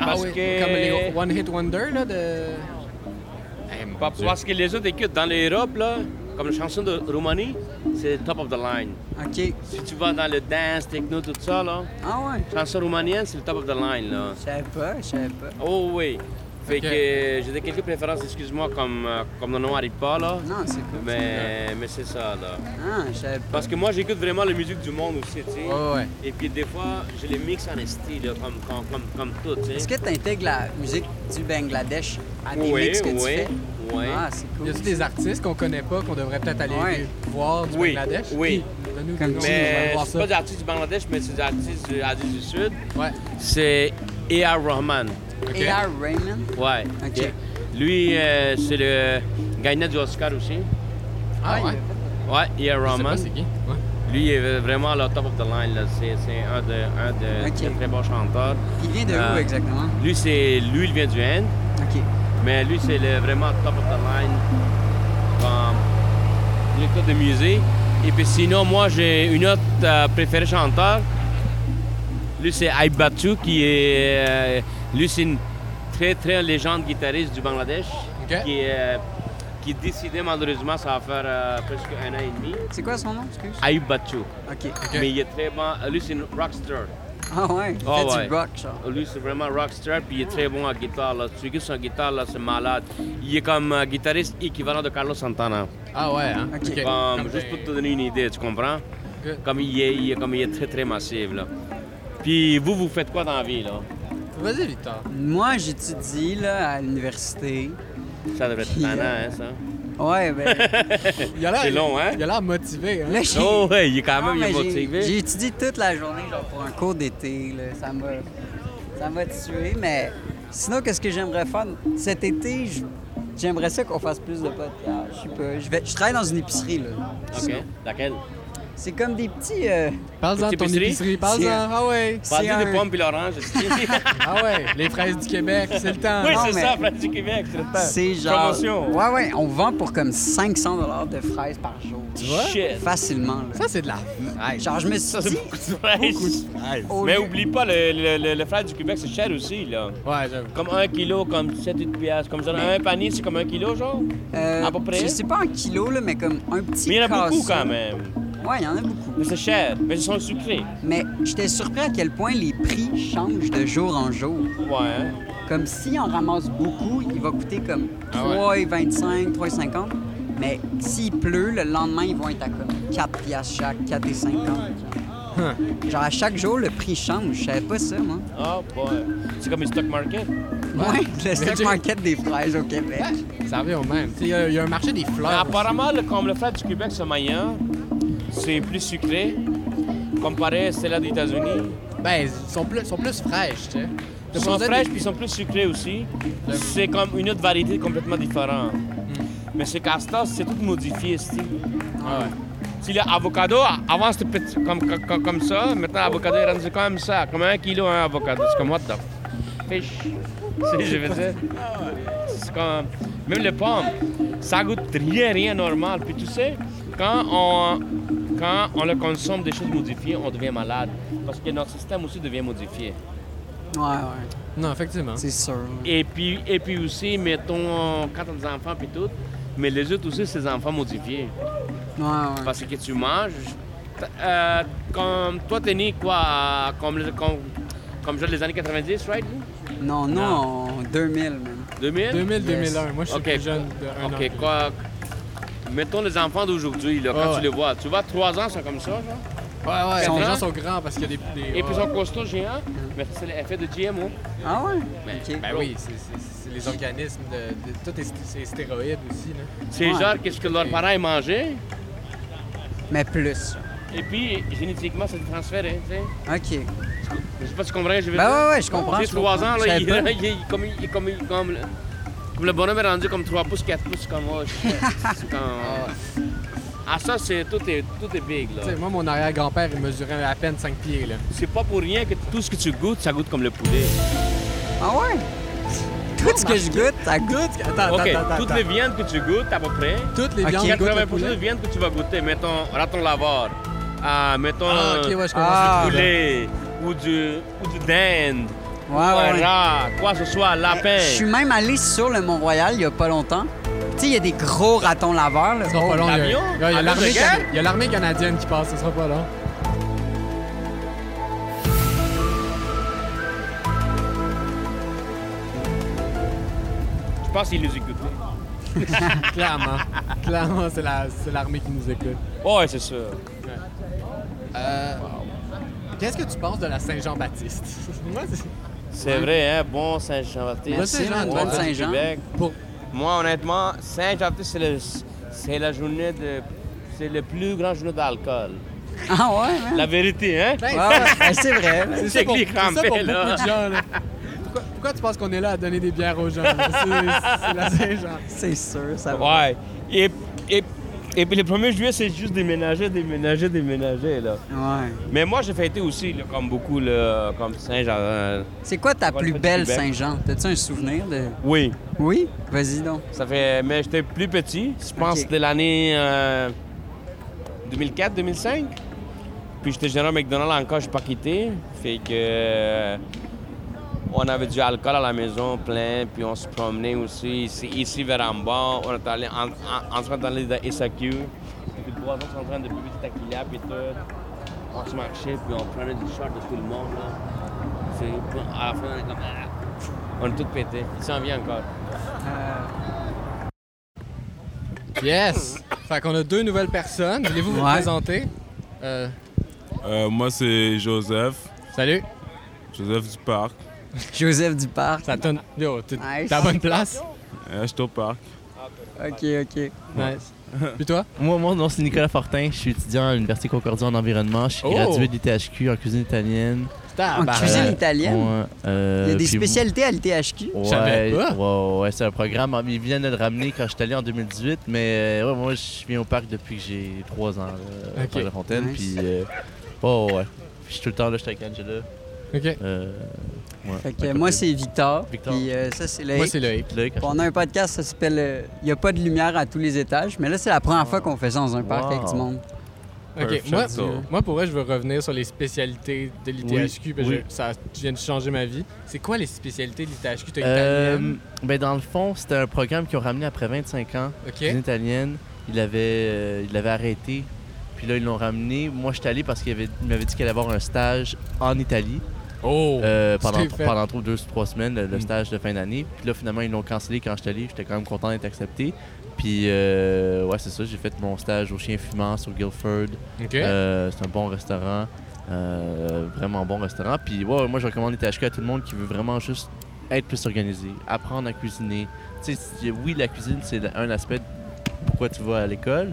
Speaker 2: Ah
Speaker 3: Parce
Speaker 2: oui,
Speaker 3: que-
Speaker 2: comme les One Hit Wonder, là, de... Eh, mon
Speaker 3: Pa-
Speaker 2: Dieu.
Speaker 3: Parce que les autres écoutes dans l'Europe, là, comme la chanson de Roumanie, c'est top of the line.
Speaker 1: OK.
Speaker 3: Si tu vas dans le dance, techno, tout ça, là,
Speaker 1: Ah ouais?
Speaker 3: chanson roumanienne, c'est le top of the line, là.
Speaker 1: Je savais pas, je savais pas.
Speaker 3: Oh oui. Fait
Speaker 2: Ok.
Speaker 3: que euh, j'ai des quelques préférences, excuse-moi, comme, euh, comme le nom arrive pas, là.
Speaker 1: Non, c'est cool.
Speaker 3: Mais, mais c'est ça, là.
Speaker 1: Ah, je savais pas.
Speaker 3: Parce que moi, j'écoute vraiment la musique du monde aussi, tu sais.
Speaker 2: Ouais, ouais.
Speaker 3: Et puis des fois, je les mixe en style, là, comme, comme, comme, comme tout, tu
Speaker 1: Est-ce
Speaker 3: sais.
Speaker 1: que tu intègres la musique du Bangladesh à des
Speaker 3: Oui,
Speaker 1: mix que tu
Speaker 3: oui,
Speaker 1: fais?
Speaker 3: oui.
Speaker 1: Ah, c'est
Speaker 2: Y
Speaker 1: cool.
Speaker 2: a-tu des artistes qu'on connaît pas, qu'on devrait peut-être aller
Speaker 1: Ouais.
Speaker 2: voir du
Speaker 3: Oui,
Speaker 2: Bangladesh?
Speaker 3: oui.
Speaker 2: Qui? Donne-nous
Speaker 1: Comme
Speaker 2: des noms,
Speaker 1: tu-
Speaker 2: on va aller
Speaker 3: Mais
Speaker 2: voir
Speaker 3: c'est
Speaker 2: ça.
Speaker 3: pas des artistes du Bangladesh, mais c'est des artistes du, Asie du Sud.
Speaker 2: Ouais.
Speaker 3: C'est A.R. Rahman.
Speaker 2: OK.
Speaker 1: A.R. Raymond?
Speaker 3: Ouais.
Speaker 1: Ok.
Speaker 3: Lui, euh, c'est le gagnant du Oscar aussi.
Speaker 2: Ah ouais?
Speaker 3: Ouais, A.R.
Speaker 2: Je sais pas
Speaker 3: Rahman.
Speaker 2: c'est qui. Ouais.
Speaker 3: Lui est vraiment à la top of the line. là. C'est c'est un de, un de,
Speaker 1: Ok.
Speaker 3: des très bons chanteurs.
Speaker 1: Il vient de où
Speaker 2: Ah.
Speaker 3: Euh,
Speaker 1: exactement?
Speaker 3: Lui, c'est lui, il vient du Inde,
Speaker 1: OK.
Speaker 3: mais lui, c'est le vraiment top of the line comme directeur de musée. Et puis sinon, moi, j'ai une autre euh, préférée chanteur. Lui, c'est Aibatu, qui est. euh, lui, c'est une très, très légende guitariste du Bangladesh,
Speaker 2: Ok.
Speaker 3: qui, est, euh, qui décidait malheureusement, ça va faire euh, presque un an et demi.
Speaker 1: C'est quoi son nom, excuse?
Speaker 3: Aibatu.
Speaker 1: OK.
Speaker 2: Ok.
Speaker 3: Mais il est très bon. Lui, c'est une rockstar.
Speaker 1: Ah ouais, il
Speaker 3: Ah
Speaker 1: fait
Speaker 3: ouais.
Speaker 1: du rock, genre.
Speaker 3: Lui, c'est vraiment rockstar, puis il est très bon à guitare. Là. Tu écoutes son guitare, là, c'est malade. Il est comme euh, guitariste équivalent de Carlos Santana.
Speaker 2: Ah ouais, hein?
Speaker 1: Ok.
Speaker 2: Ok.
Speaker 3: Comme,
Speaker 2: Comme
Speaker 3: juste
Speaker 2: des-
Speaker 3: pour te donner une idée, tu comprends?
Speaker 2: Ok.
Speaker 3: Comme il est, il est- comme il est très, très massif, là. Puis vous, vous faites quoi dans la vie, là?
Speaker 2: Vas-y, Victor.
Speaker 1: Moi, j'étudie là, à l'université.
Speaker 3: Ça devrait être
Speaker 1: Puis,
Speaker 3: tannant,
Speaker 1: euh,
Speaker 3: hein, ça?
Speaker 1: Ouais, ben.
Speaker 2: Il a l'air-
Speaker 3: C'est long, hein?
Speaker 2: Il a l'air motivé, hein?
Speaker 1: là, j'ai-
Speaker 3: Oh, ouais, il est quand
Speaker 1: Non,
Speaker 3: même il est
Speaker 1: mais j'ai- J'ai
Speaker 3: motivé.
Speaker 1: étudié toute la journée, genre pour un cours d'été. là. Ça m'a, ça m'a tué, mais sinon, qu'est-ce que j'aimerais faire cet été? j- J'aimerais ça qu'on fasse plus de podcasts. Je sais pas. Je, vais, je travaille dans une épicerie, là.
Speaker 3: OK. Laquelle?
Speaker 1: C'est comme des petits. euh,
Speaker 2: Parle-en de
Speaker 3: Petite
Speaker 2: ton
Speaker 3: épicerie?
Speaker 2: épicerie, parle-en.
Speaker 1: C'est-
Speaker 2: Ah ouais.
Speaker 3: Parle-lui
Speaker 1: un-
Speaker 3: des pommes puis l'orange, est-ce que-
Speaker 2: Ah ouais, les fraises du Québec, c'est le temps.
Speaker 3: Oui,
Speaker 1: non,
Speaker 3: c'est
Speaker 1: mais-
Speaker 3: ça, Frère du Québec, c'est le temps.
Speaker 1: c'est genre.
Speaker 3: Promotion.
Speaker 1: Ouais, ouais. On vend pour comme 500 de fraises par jour.
Speaker 2: Tu vois?
Speaker 3: Shit.
Speaker 1: Facilement, là.
Speaker 2: Ça, c'est de la
Speaker 1: Genre, je me suis dit. Au
Speaker 3: Mais
Speaker 1: lieu-
Speaker 3: oublie pas, le, le, le- le frère du Québec, c'est cher aussi, là.
Speaker 2: Ouais, j'avoue.
Speaker 3: Comme un kilo, comme 7-8 piastres. Comme genre, un panier, c'est comme un kilo, genre?
Speaker 1: euh,
Speaker 3: à peu près.
Speaker 1: Je sais pas en kilo, là, mais comme un petit.
Speaker 3: Mais il y en a beaucoup,
Speaker 1: casson.
Speaker 3: quand même.
Speaker 1: Ouais, il y en a beaucoup.
Speaker 3: Mais c'est cher. Mais ils sont sucrés.
Speaker 1: Mais j'étais surpris à quel point les prix changent de jour en jour.
Speaker 3: Ouais, hein?
Speaker 1: Comme si on ramasse beaucoup, il va coûter comme
Speaker 2: Ah ouais.
Speaker 1: 3,25, 3,50. Mais s'il pleut, le lendemain, ils vont être à comme 4 piastres chaque, 4,50. genre. Genre, à chaque jour, le prix change. Je savais pas ça, moi.
Speaker 3: Ah, boy. C'est comme le stock
Speaker 1: Ah,
Speaker 3: market.
Speaker 1: Ouais, le stock
Speaker 2: j'ai-
Speaker 1: market des fraises au Québec.
Speaker 2: Ça revient au même. Tu sais, Il y, a- il y a un marché des
Speaker 3: Mais
Speaker 2: fleurs.
Speaker 3: apparemment, le- comme le frère du Québec, c'est moyen, c'est plus sucré comparé à celle des États-Unis.
Speaker 2: Ben, ils sont plus, sont plus fraîches, tu sais. T'as
Speaker 3: Ils sont
Speaker 2: pas
Speaker 3: fraîches
Speaker 2: des-
Speaker 3: puis ils sont plus sucrés aussi. C'est comme une autre variété complètement différente.
Speaker 1: Hmm.
Speaker 3: Mais ce castor, c'est tout modifié, c'est.
Speaker 2: Ah ouais.
Speaker 3: Si l'avocado, avant c'était petit, comme, comme, comme ça, maintenant l'avocado est rendu comme ça, comme un kilo un avocado. C'est comme what the fish. Tu sais, je veux dire. C'est comme. Même les pommes, ça goûte rien, rien normal. Puis tu sais, quand on, quand on le consomme des choses modifiées, on devient malade. Parce que notre système aussi devient modifié.
Speaker 1: Ouais, ouais,
Speaker 2: Non, effectivement.
Speaker 1: c'est sûr.
Speaker 3: Et puis, et puis aussi, mettons, quand on a des enfants puis tout, mais les autres aussi, c'est des enfants modifiés.
Speaker 1: Ouais, ouais.
Speaker 3: Parce que tu manges, t- euh, comme toi, t'es né quoi, euh, comme, le- comme, comme genre les années 90, right?
Speaker 1: Non, non, en 2000, même.
Speaker 3: 2000?
Speaker 2: 2000,
Speaker 1: Yes.
Speaker 2: 2001. Moi, je suis
Speaker 3: Ok.
Speaker 2: plus jeune de un
Speaker 3: Ok,
Speaker 2: an.
Speaker 3: quoi. Mettons les enfants d'aujourd'hui, là, quand
Speaker 2: Ouais,
Speaker 3: tu les vois. Tu vois, 3 ans, sont comme ça, genre.
Speaker 2: Ouais, ouais.
Speaker 3: Quatre
Speaker 2: Les
Speaker 3: ans.
Speaker 2: gens sont grands parce qu'il y a des. des- Ah.
Speaker 3: Et puis, ils
Speaker 2: ouais.
Speaker 3: sont costauds géants, mais c'est l'effet de GMO.
Speaker 1: Ah ouais?
Speaker 3: Mais-
Speaker 1: OK.
Speaker 2: Ben oui, c'est- c'est c'est les organismes de. de- tout est, c'est stéroïdes aussi, là.
Speaker 3: C'est
Speaker 1: Ouais.
Speaker 3: genre, qu'est-ce que leurs parents ils mangeaient,
Speaker 1: Mais plus.
Speaker 3: et puis génétiquement, ça se transféré, tu sais.
Speaker 1: OK.
Speaker 3: Je sais pas si tu comprends, je veux
Speaker 2: Bah
Speaker 1: Ben
Speaker 3: dire.
Speaker 1: ouais, ouais, je comprends.
Speaker 3: Tu
Speaker 1: je
Speaker 3: sais, trois
Speaker 1: comprends.
Speaker 3: ans,
Speaker 1: Je
Speaker 3: là,
Speaker 1: savais
Speaker 3: il,
Speaker 1: pas.
Speaker 3: il- il- comme, il- comme, il- comme le, oh, comme le bonhomme est rendu comme 3 pouces, 4 pouces, comme moi. je sais pas, c'est comme- Ah, ça, c'est tout est, tout est big, là.
Speaker 2: Tu sais, moi, mon arrière-grand-père, il mesurait à peine 5 pieds, là.
Speaker 3: C'est pas pour rien que tout ce que tu goûtes, ça goûte comme le poulet.
Speaker 1: Ah ouais? Tout ce que je goûte, ça goûte.
Speaker 2: Attends,
Speaker 3: OK,
Speaker 2: attends, attends,
Speaker 3: toutes
Speaker 2: attends.
Speaker 3: les viandes que tu goûtes, à peu près,
Speaker 2: Toutes les
Speaker 1: Ok.
Speaker 2: viandes goûtent le
Speaker 3: 80%
Speaker 2: poulet.
Speaker 3: de viandes que tu vas goûter, mettons raton lavard, ah, mettons
Speaker 2: Ah, ok, ouais, je comprends.
Speaker 1: Ah.
Speaker 2: ce que tu veux dire.
Speaker 3: poulet ou du, ou du dinde,
Speaker 1: Ouais, ouais, ouais.
Speaker 3: rat, quoi que ce soit, lapin.
Speaker 1: Je suis même allé sur le Mont-Royal il y a pas longtemps. Tu sais, il y a des gros ratons laveurs, là.
Speaker 2: Ce sera pas long. il y a-
Speaker 3: L'avion?
Speaker 2: il y a- il y a
Speaker 3: Avec
Speaker 2: l'armée
Speaker 3: le gars?
Speaker 2: cana- Il y a l'armée canadienne qui passe, ce sera pas long.
Speaker 3: Je pense qu'ils nous écoutent.
Speaker 2: Clairement. Clairement, c'est la- c'est l'armée qui nous écoute.
Speaker 3: Ouais, c'est sûr.
Speaker 2: Euh, Qu'est-ce que tu penses de la Saint-Jean-Baptiste? Moi, c'est-
Speaker 3: C'est vrai, hein? Bon Saint-Jean-Baptiste.
Speaker 2: Merci,
Speaker 3: Bon
Speaker 2: Jean,
Speaker 1: bonne
Speaker 3: Saint-Jean.
Speaker 1: Saint-Jean.
Speaker 3: Québec.
Speaker 2: pour...
Speaker 3: Moi, honnêtement, Saint-Jean-Baptiste, c'est le- c'est la journée de. C'est le plus grand journée d'alcool.
Speaker 1: Ah ouais, man.
Speaker 3: La vérité, hein?
Speaker 2: Ben,
Speaker 1: Ouais, ouais, ben, c'est vrai. man.
Speaker 2: c'est ça
Speaker 3: check
Speaker 2: pour,
Speaker 3: les
Speaker 2: c'est ça pour
Speaker 3: crampés,
Speaker 2: beaucoup
Speaker 3: là.
Speaker 2: de gens. là. Pourquoi, pourquoi tu penses qu'on est là à donner des bières aux gens? là? C'est c'est la Saint-Jean.
Speaker 1: C'est sûr, ça va.
Speaker 3: Ouais. Et, et, et puis le 1er juillet, c'est juste déménager, déménager, déménager, là.
Speaker 1: Ouais.
Speaker 3: Mais moi, j'ai fêté aussi, là, comme beaucoup, là, comme Saint-Jean. euh,
Speaker 1: C'est quoi ta
Speaker 3: Ouais,
Speaker 1: plus
Speaker 3: pas du
Speaker 1: belle
Speaker 3: Québec.
Speaker 1: Saint-Jean? T'as-tu un souvenir de.
Speaker 3: Oui.
Speaker 1: Oui? Vas-y donc.
Speaker 3: Ça fait. Mais j'étais plus petit. Je pense
Speaker 1: Ok.
Speaker 3: que de l'année euh, 2004-2005. Puis j'étais gérant McDonald's encore, je suis pas quitté. Fait que. euh, On avait du alcool à la maison plein, puis on se promenait aussi ici, ici vers en bas. On est allé en, en, en train d'aller dans SAQ. Puis le boisson, on est en train de boire du tequila, puis tout. On se marchait, puis on prenait du short de tout le monde. Là. Fait que, à la fin, on est comme. Ah. On est tous pétés. Il s'en vient encore.
Speaker 2: Yes! Fait qu'on a deux nouvelles personnes. Voulez-vous vous
Speaker 1: Ouais.
Speaker 2: présenter? Euh,
Speaker 5: Euh, moi, c'est Joseph.
Speaker 2: salut.
Speaker 5: Joseph du Parc.
Speaker 1: Joseph Duparc.
Speaker 2: Ça donne... Yo, t'es
Speaker 1: Nice.
Speaker 2: t'es à bonne place.
Speaker 5: Euh, je suis au parc.
Speaker 1: Ok, ok.
Speaker 2: Nice. Puis toi?
Speaker 6: Moi, mon nom, c'est Nicolas Fortin. Je suis étudiant à l'Université Concordia en environnement. Je suis
Speaker 2: Oh!
Speaker 6: gradué de l'ITHQ en cuisine italienne.
Speaker 1: En cuisine italienne?
Speaker 6: Ouais, euh,
Speaker 1: Il y a des
Speaker 6: puis-
Speaker 1: spécialités à l'THQ.
Speaker 6: Ouais,
Speaker 2: Je savais pas.
Speaker 6: ouais, ouais, ouais, c'est un programme. Ils viennent de le ramener quand j'étais allé en 2018, mais euh, ouais, moi, je viens au parc depuis que j'ai 3 ans, là,
Speaker 2: Ok.
Speaker 6: à la Fontaine.
Speaker 1: Nice.
Speaker 6: Puis, euh, oh, ouais. Puis, je suis tout le temps là, j'étais avec Angela.
Speaker 2: OK.
Speaker 6: Euh, ouais,
Speaker 1: Fait que
Speaker 6: ma
Speaker 1: euh, moi,
Speaker 6: copine.
Speaker 1: c'est Victor.
Speaker 6: Victor.
Speaker 1: Puis euh, ça, c'est le.
Speaker 2: Moi, c'est Loïc.
Speaker 6: Là, quand
Speaker 1: On a un podcast, ça s'appelle euh, Il n'y a pas de lumière à tous les étages. Mais là, c'est la première fois qu'on fait ça dans un parc
Speaker 6: Wow.
Speaker 1: avec du monde.
Speaker 2: OK,
Speaker 5: Perfect,
Speaker 2: moi,
Speaker 5: ça.
Speaker 2: moi, pour vrai, je veux revenir sur les spécialités de l'ITHQ, parce que
Speaker 6: oui.
Speaker 2: ça vient de changer ma vie. C'est quoi les spécialités de l'ITHQ? T'as
Speaker 6: Euh,
Speaker 2: italienne?
Speaker 6: ben dans le fond, c'était un programme qu'ils ont ramené après 25 ans.
Speaker 2: OK.
Speaker 6: Cuisine italienne. Ils l'avaient, euh, ils l'avaient arrêté. Puis là, ils l'ont ramené. Moi, j'étais allé parce qu'il avait- il m'avait dit qu'il allait avoir un stage en Italie
Speaker 2: Oh!
Speaker 6: euh,
Speaker 2: ce
Speaker 6: pendant,
Speaker 2: qu'il fait.
Speaker 6: pendant trop deux ou trois semaines, le, le
Speaker 2: Mm.
Speaker 6: stage de fin d'année. Puis là, finalement, ils l'ont cancellé quand j'étais allé. J'étais quand même content d'être accepté. Puis, euh, ouais, c'est ça. J'ai fait mon stage au Chien Fumant sur Guilford.
Speaker 2: OK.
Speaker 6: Euh, c'est un bon restaurant. euh, vraiment bon restaurant. Puis ouais, moi, je recommande les THQ à tout le monde qui veut vraiment juste être plus organisé, apprendre à cuisiner. Tu sais, si- oui, la cuisine, c'est la- un aspect de pourquoi tu vas à l'école,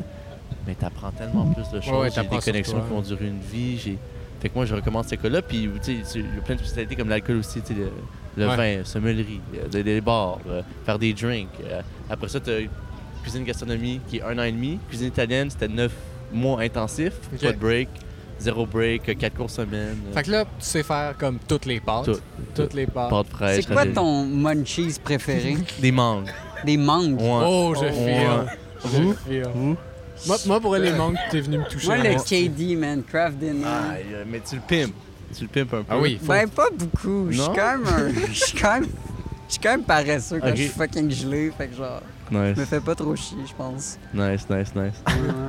Speaker 6: mais tu apprends tellement plus de choses.
Speaker 2: ouais,
Speaker 6: J'ai
Speaker 2: t'apprends
Speaker 6: des
Speaker 2: sur
Speaker 6: connexions
Speaker 2: toi.
Speaker 6: qui vont durer une vie. J'ai... Fait que moi, je recommande cette école-là. Puis tu sais, il y a plein de spécialités comme l'alcool aussi, tu sais, le, le
Speaker 2: Ouais.
Speaker 6: vin, sommellerie, euh, des, des bars, euh, faire des drinks. euh, après ça, tu cuisine gastronomie qui est un an et demi. Cuisine italienne, c'était neuf mois intensifs.
Speaker 2: Ok.
Speaker 6: Pas de break, zéro break, euh, quatre courses semaine. euh,
Speaker 2: Fait que là, tu sais faire comme toutes les pâtes.
Speaker 6: Tout.
Speaker 2: Toutes les pâtes.
Speaker 6: pâtes fraîches.
Speaker 1: C'est quoi
Speaker 6: euh, des-
Speaker 1: ton munchies préféré?
Speaker 6: Des mangues.
Speaker 1: Des mangues.
Speaker 6: Ouais.
Speaker 2: Oh, je
Speaker 6: Ouais.
Speaker 2: file. Je
Speaker 6: Vous?
Speaker 2: file.
Speaker 6: Vous?
Speaker 2: Moi, moi, pour elle, les mangues, t'es venu me toucher.
Speaker 1: Moi, le
Speaker 2: Ouais.
Speaker 1: KD, man, Kraft Dinner.
Speaker 6: Aïe, euh, mais tu le pimpes. Tu le pimpes un peu.
Speaker 2: Ah oui, faut-
Speaker 1: Ben, pas beaucoup. Je suis
Speaker 6: Non?
Speaker 1: quand même un- Je suis quand même. Je suis quand même paresseux quand
Speaker 6: Ok.
Speaker 1: je suis fucking gelé. Fait que genre, je me
Speaker 6: Nice,
Speaker 1: fais pas trop chier, je pense.
Speaker 6: nice, nice, nice.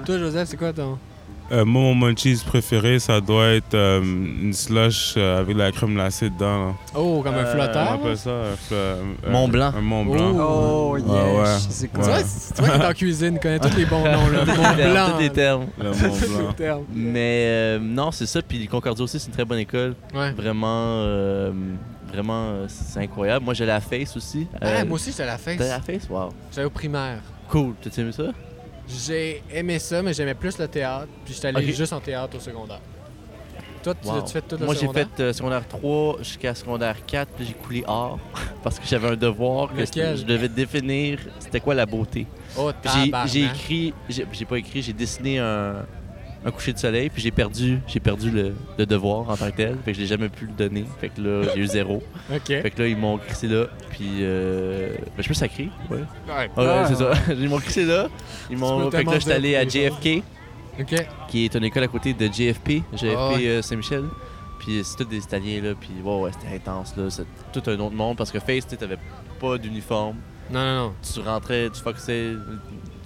Speaker 2: Toi, Joseph, c'est quoi ton.
Speaker 5: Euh, moi, mon munchies préféré, ça doit être euh, une slush euh, avec de la crème glacée dedans. là.
Speaker 2: Oh, comme un
Speaker 6: Euh,
Speaker 5: On
Speaker 2: flotteur?
Speaker 5: appelle ça un, fl- un-
Speaker 6: Mont Blanc.
Speaker 5: Un Mont Blanc.
Speaker 1: Oh,
Speaker 5: Ah ouais.
Speaker 1: yes. C'est
Speaker 2: Tu
Speaker 1: quoi?
Speaker 2: vois,
Speaker 5: Ouais.
Speaker 2: c'est- tu vois qu'il est en cuisine, il connaît tous les bons noms, là. Mont Blanc.
Speaker 6: Tous les termes.
Speaker 5: Le
Speaker 2: Tous
Speaker 5: Mont
Speaker 2: les
Speaker 5: Blanc.
Speaker 2: termes.
Speaker 6: Mais euh, non, c'est ça. Puis Concordia aussi, c'est une très bonne école.
Speaker 2: Ouais.
Speaker 6: Vraiment, euh, vraiment, euh, c'est incroyable. Moi, j'allais à Face aussi.
Speaker 2: Ah,
Speaker 6: Euh,
Speaker 2: moi aussi, j'étais à la face.
Speaker 6: T'allais à Face? Wow.
Speaker 2: J'allais au primaire.
Speaker 6: Cool. T'as aimé ça?
Speaker 2: J'ai aimé ça, mais j'aimais plus le théâtre. Puis j'étais allé
Speaker 6: Ok.
Speaker 2: juste en théâtre au secondaire. Toi, tu
Speaker 6: Wow.
Speaker 2: tu fais tout le
Speaker 6: Moi, j'ai
Speaker 2: secondaire?
Speaker 6: fait euh, secondaire 3 jusqu'à secondaire 4, puis j'ai coulé art parce que j'avais un devoir que
Speaker 2: Lequel?
Speaker 6: c'était- je devais définir c'était quoi la beauté.
Speaker 2: Oh,
Speaker 6: Puis j'ai-
Speaker 2: tabarnak.
Speaker 6: J'ai écrit, j'ai j'ai pas écrit, j'ai dessiné un, un coucher de soleil, puis j'ai perdu, j'ai perdu le, le devoir en tant que tel. Fait que je l'ai jamais pu le donner. Fait que là, j'ai eu zéro.
Speaker 2: OK.
Speaker 6: Fait que là, ils m'ont crissé là, puis euh, ben, je peux sacrer. Ouais.
Speaker 2: Ouais.
Speaker 6: Ah, ouais,
Speaker 1: Ah.
Speaker 6: c'est ça. ils m'ont crissé là. Ils
Speaker 2: Tu
Speaker 6: m'ont.
Speaker 2: peux
Speaker 6: Fait que là, j'étais allé à
Speaker 2: demander pour
Speaker 6: JFK,
Speaker 2: OK.
Speaker 6: qui est une école à côté de JFP, JFP
Speaker 2: Ah ouais.
Speaker 6: euh, Saint-Michel. Puis c'est tous des Italiens là, puis ouais, ouais, c'était intense là, c'est tout un autre monde parce que Face, tu sais, t'avais pas d'uniforme
Speaker 2: Non, non, non.
Speaker 6: tu rentrais, tu foxais,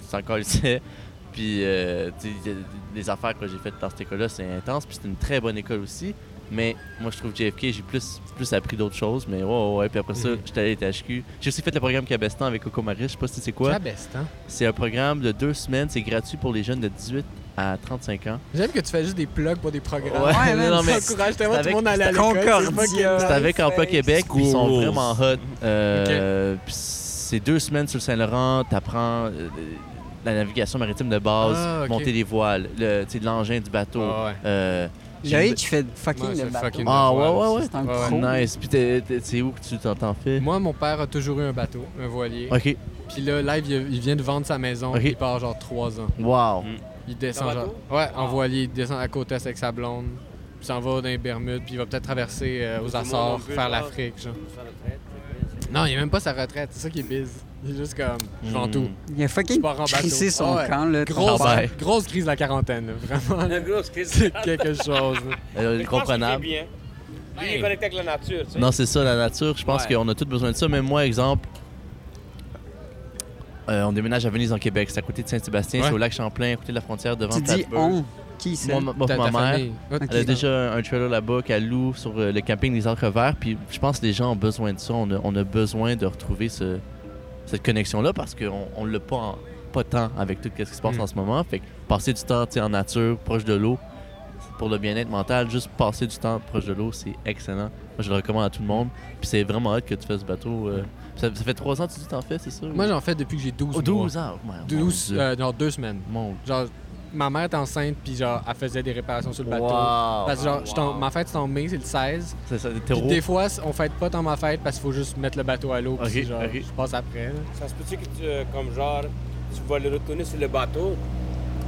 Speaker 6: tu t'en colissais. Puis, euh, tu sais, y a les affaires que j'ai faites dans cette école-là, c'est intense. Puis, c'est une très bonne école aussi. Mais moi, je trouve JFK, j'ai plus, plus appris d'autres choses. Mais ouais, ouais, ouais. Puis après ça,
Speaker 2: Mhm.
Speaker 6: j'étais allé à THQ. J'ai aussi fait le programme Cabestan avec Coco Marie. Je sais pas si c'est quoi.
Speaker 2: Cabestan.
Speaker 6: C'est un programme de deux semaines. C'est gratuit pour les jeunes de 18 à 35 ans.
Speaker 2: J'aime que tu fais juste des plugs pour des programmes.
Speaker 6: Ouais,
Speaker 1: Ouais,
Speaker 2: non,
Speaker 1: man,
Speaker 2: mais
Speaker 6: mais
Speaker 2: encourage tellement
Speaker 6: c'est
Speaker 2: tout le
Speaker 6: avec-
Speaker 2: monde à aller à l'école.
Speaker 1: Concordia.
Speaker 2: c'est fucking
Speaker 6: C'est avec Emploi Québec, puis ils sont
Speaker 5: Schools.
Speaker 6: vraiment hot. Euh, puis c'est deux semaines sur le Saint-Laurent, t'apprends euh, la navigation maritime de base,
Speaker 2: Ah, ok.
Speaker 6: monter les voiles, le, tu sais, l'engin du bateau.
Speaker 2: Ah ouais.
Speaker 6: euh,
Speaker 1: Loïc, tu fais fucking
Speaker 2: Ouais,
Speaker 1: le
Speaker 2: c'est
Speaker 1: bateau.
Speaker 2: fucking-
Speaker 6: ah ouais, ouais, ouais.
Speaker 1: C'est un
Speaker 2: Ouais,
Speaker 1: pro.
Speaker 6: Nice. Puis t'es- t'es- c'est où que tu t'en t'en fais?
Speaker 2: Moi, mon père a toujours eu un bateau, un voilier.
Speaker 6: OK.
Speaker 2: Puis là, live, il il vient de vendre sa maison.
Speaker 6: Ok.
Speaker 2: Il part genre 3 ans.
Speaker 6: Wow. Euh,
Speaker 3: Mm.
Speaker 2: Il descend
Speaker 3: Un
Speaker 2: genre.
Speaker 3: bateau? Ah.
Speaker 2: Ouais, en voilier. Il descend à côte est avec sa blonde. Puis s'en va dans les Bermudes. Puis il va peut-être traverser euh, aux
Speaker 3: Tout le monde en
Speaker 2: Açores,
Speaker 3: veut,
Speaker 2: faire
Speaker 3: genre.
Speaker 2: l'Afrique. genre. Non, il a même pas sa retraite. C'est ça qui est bise. Il est juste comme. Je vends
Speaker 6: Mm.
Speaker 2: tout.
Speaker 1: Il a fucking
Speaker 2: Je pars en bateau.
Speaker 1: crissé son
Speaker 2: Ah ouais.
Speaker 1: camp, là.
Speaker 2: Grosse,
Speaker 1: ton
Speaker 6: Ah
Speaker 1: père.
Speaker 6: ouais.
Speaker 2: grosse crise de la quarantaine, là. Vraiment,
Speaker 3: Une grosse crise.
Speaker 2: c'est quelque chose. là.
Speaker 6: Euh, comprenable.
Speaker 3: Lui, il est connecté avec la nature. tu sais.
Speaker 6: Non, c'est ça, la nature. Je pense
Speaker 3: Ouais.
Speaker 6: qu'on a tous besoin de ça. Même moi, exemple, euh, on déménage à Venise en Québec. C'est à côté de Saint-Sébastien,
Speaker 2: Ouais.
Speaker 6: c'est au lac Champlain, à côté de la frontière devant
Speaker 1: Tu dis
Speaker 6: Plattsburgh.
Speaker 1: on. Qui c'est?
Speaker 6: Moi, ma- moi,
Speaker 2: Ta-
Speaker 6: ma
Speaker 2: ta
Speaker 6: mère,
Speaker 2: famille. Ouais,
Speaker 1: Ok.
Speaker 6: elle a
Speaker 2: t'es-
Speaker 6: déjà un trailer là-bas qu'elle loue sur euh, le camping des Arcs Verts. Puis je pense que les gens ont besoin de ça. On a, on a besoin de retrouver ce- cette connexion-là parce qu'on on l'a pas, en- pas tant avec tout ce qui se passe
Speaker 2: Mm.
Speaker 6: en ce moment. Fait que passer du temps tu sais, en nature, proche de l'eau, pour le bien-être mental, juste passer du temps proche de l'eau, c'est excellent. Moi, je le recommande à tout le monde. Puis c'est vraiment hâte que tu fasses ce bateau. euh, ça, ça fait trois ans que tu dis que t'en fais, c'est ça?
Speaker 2: Hmm. Moi,
Speaker 6: ou-
Speaker 2: j'en fais depuis que j'ai 12
Speaker 6: Oh,
Speaker 2: mois.
Speaker 6: 12 ans. Ouais, mon
Speaker 2: 12,
Speaker 6: Dieu.
Speaker 2: euh, non, deux semaines.
Speaker 6: Mon
Speaker 2: Genre, ma mère était enceinte, puis genre, elle faisait des réparations sur le bateau.
Speaker 6: Wow.
Speaker 2: Parce que genre, je tombe- ma fête, c'est en mai, c'est le 16.
Speaker 6: C'est ça, des
Speaker 2: Puis
Speaker 6: terreaux.
Speaker 2: des fois, on fête pas tant ma fête parce qu'il faut juste mettre le bateau à l'eau, puis
Speaker 6: Ok,
Speaker 2: genre,
Speaker 6: ok.
Speaker 2: je passe après. là.
Speaker 3: Ça se peut-tu que, tu, euh, comme genre, tu vas le retourner sur le bateau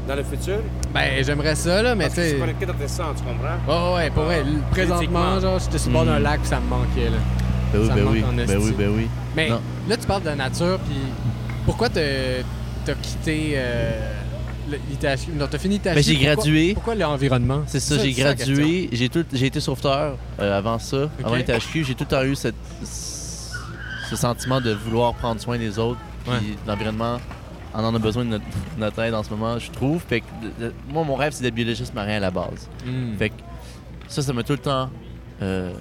Speaker 3: dans le futur?
Speaker 2: Ben, j'aimerais ça, là, mais
Speaker 6: Ah,
Speaker 3: Parce
Speaker 2: tu
Speaker 3: que c'est
Speaker 2: sais.
Speaker 3: connecté dans tes sens, tu comprends?
Speaker 2: Oh, ouais, pour vrai, l- présentement,
Speaker 3: Politiquement.
Speaker 2: genre, j'étais sur le bord d'un
Speaker 6: Mm.
Speaker 2: lac, puis ça me manquait, là.
Speaker 6: Ben oui,
Speaker 2: ça
Speaker 6: ben
Speaker 2: manque
Speaker 6: oui,
Speaker 2: en esti.
Speaker 6: ben oui, ben oui.
Speaker 2: Mais
Speaker 6: Non.
Speaker 2: là, tu parles de la nature, puis pourquoi t'as t'as quitté euh, le- l'ITHQ? Non, t'as fini l'ITHQ.
Speaker 6: Ben, j'ai
Speaker 2: pourquoi-
Speaker 6: gradué.
Speaker 2: Pourquoi l'environnement?
Speaker 6: C'est ça, j'ai
Speaker 2: c'est la question.
Speaker 6: gradué, j'ai tout, j'ai été sauveteur euh, avant ça, avant les THQ, j'ai tout le temps eu cette, ce sentiment de vouloir prendre soin des autres, puis
Speaker 2: Ouais.
Speaker 6: l'environnement, on en a besoin de notre, notre aide en ce moment, je trouve. Fait que de- de- moi, mon rêve, c'est d'être biologiste marin à la base.
Speaker 2: Mm.
Speaker 6: Fait que ça, ça m'a tout le temps euh,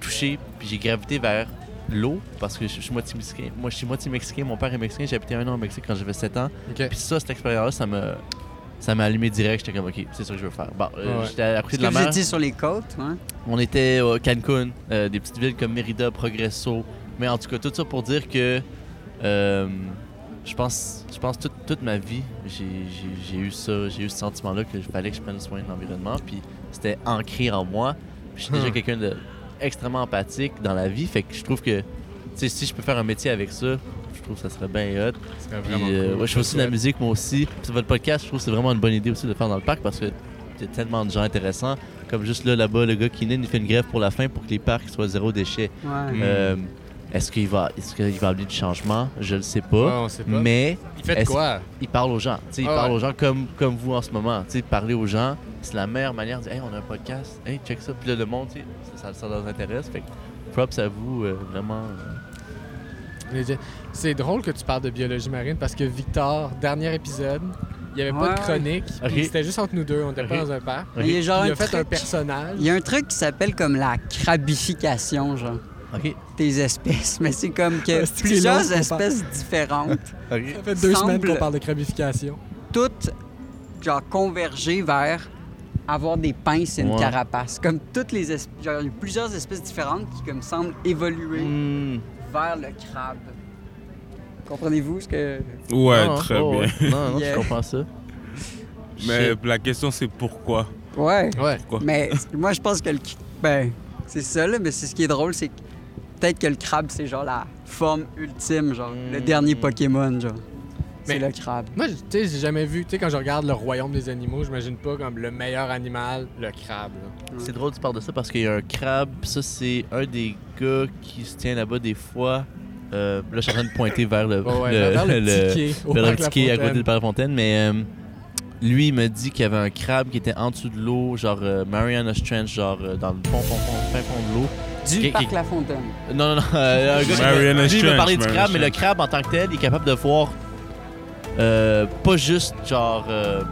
Speaker 6: touché. Puis j'ai gravité vers l'eau parce que je, je suis moitié mexicain. Moi, je suis moitié mexicain. Mon père est mexicain. J'ai habité un an au Mexique quand j'avais 7 ans.
Speaker 2: Ok.
Speaker 6: Puis ça, cette expérience-là, ça m'a, ça m'a allumé direct. J'étais comme, OK, c'est ça que je veux faire. Bon, euh,
Speaker 2: Ouais.
Speaker 6: j'étais à côté
Speaker 1: Est-ce
Speaker 6: de
Speaker 1: que
Speaker 6: la
Speaker 1: vous
Speaker 6: mer.
Speaker 1: étiez sur les côtes, hein?
Speaker 6: On était à Cancun, euh, des petites villes comme Mérida, Progresso. Mais en tout cas, tout ça pour dire que euh, je pense, je pense toute, toute ma vie, j'ai- j'ai j'ai eu ça, j'ai eu ce sentiment-là qu'il fallait que je prenne soin de l'environnement. Puis c'était ancré en moi. Puis je suis déjà
Speaker 2: Hmm.
Speaker 6: quelqu'un d'extrêmement empathique dans la vie. Fait que je trouve que tu sais, si je peux faire un métier avec ça, je trouve que ça serait bien hot.
Speaker 2: C'est Ah, vraiment
Speaker 6: Puis,
Speaker 2: cool.
Speaker 6: euh, ouais, je fais aussi de la musique, moi aussi. Puis votre podcast, je trouve que c'est vraiment une bonne idée aussi de le faire dans le parc parce que y a tellement de gens intéressants. Comme juste là, là-bas, le gars qui naît, il fait une grève pour la fin pour que les parcs soient zéro déchet.
Speaker 1: Ouais.
Speaker 2: Mm.
Speaker 6: Euh, est-ce qu'il va, est-ce qu'il va amener du changement? Je le sais pas.
Speaker 2: Ouais, on sait pas.
Speaker 6: Mais
Speaker 2: Il fait de
Speaker 6: est-ce-
Speaker 2: quoi?
Speaker 6: il parle aux gens. Tu sais, il
Speaker 2: Ah
Speaker 6: parle
Speaker 2: ouais.
Speaker 6: aux gens comme, comme vous en ce moment. Tu sais, parler aux gens, c'est la meilleure manière de dire Hey, on a un podcast, hey, check ça. Puis là, le monde, tu sais, ça, ça, ça leur intéresse. Fait que props à vous, euh, vraiment.
Speaker 2: Les- C'est drôle que tu parles de biologie marine parce que Victor, dernier épisode, il n'y avait pas
Speaker 1: Ouais.
Speaker 2: de chronique.
Speaker 6: Ok.
Speaker 2: puis C'était juste entre nous deux, on n'était pas
Speaker 6: Ok.
Speaker 2: dans un parc.
Speaker 1: Il y a
Speaker 6: Ok.
Speaker 1: genre
Speaker 2: il
Speaker 1: un
Speaker 2: a fait un
Speaker 1: truc-
Speaker 2: personnage.
Speaker 1: Il y a un truc qui s'appelle comme la crabification, genre,
Speaker 6: Ok.
Speaker 1: des espèces. Mais c'est comme
Speaker 2: Ah,
Speaker 1: que
Speaker 2: c'est long,
Speaker 1: plusieurs
Speaker 2: son
Speaker 1: espèces différentes,
Speaker 2: Ça fait deux
Speaker 1: Semble-
Speaker 2: semaines qu'on parle de crabification.
Speaker 1: toutes, genre, convergées vers avoir des pinces et une
Speaker 6: Ouais.
Speaker 1: carapace. Comme toutes les espèces, genre, il y a plusieurs espèces différentes qui, comme, semblent évoluer
Speaker 2: Mm.
Speaker 6: Hmm.
Speaker 1: vers le crabe. Comprenez-vous ce que...
Speaker 5: Ouais,
Speaker 6: Non,
Speaker 5: très
Speaker 6: oh,
Speaker 5: bien.
Speaker 6: ouais. Non, non,
Speaker 1: Yeah.
Speaker 6: je comprends ça.
Speaker 5: Mais
Speaker 6: Shit.
Speaker 5: la question, c'est pourquoi
Speaker 1: Ouais.
Speaker 2: Ouais.
Speaker 1: Mais moi, je pense que le. Ben, c'est ça, là. Mais c'est ce qui est drôle, c'est que peut-être que le crabe, c'est genre la forme ultime, genre le
Speaker 6: Mm.
Speaker 1: dernier Pokémon, genre. c'est le crabe.
Speaker 2: Moi, tu sais, j'ai jamais vu. Tu sais, quand je regarde le royaume des animaux, j'imagine pas comme le meilleur animal, le crabe. là.
Speaker 6: C'est drôle que tu parles de ça parce qu'il y a un crabe, pis ça c'est un des gars qui se tient là-bas des fois. Euh, là, je suis en train de pointer vers le,
Speaker 2: Ouais, ouais, vers le,
Speaker 6: le-
Speaker 2: petit quai, au
Speaker 6: vers le
Speaker 2: parc
Speaker 6: petit quai à côté
Speaker 2: Lafontaine.
Speaker 6: de la Fontaine, mais euh, lui, il me dit qu'il y avait un crabe qui était en dessous de l'eau, genre euh, Mariana Trench, genre euh, dans le fond, fond, fond, fin fond de l'eau.
Speaker 1: Du
Speaker 6: Qui-
Speaker 1: parc
Speaker 6: qui-
Speaker 1: La Fontaine.
Speaker 6: Non, non, non. euh, un gars qui-
Speaker 5: Mariana
Speaker 6: lui, il m'a
Speaker 5: Trench,
Speaker 6: parlé du
Speaker 5: Mariana
Speaker 6: crabe, mais le
Speaker 5: Trench.
Speaker 6: crabe en tant que tel, il est capable de voir euh, pas juste genre euh,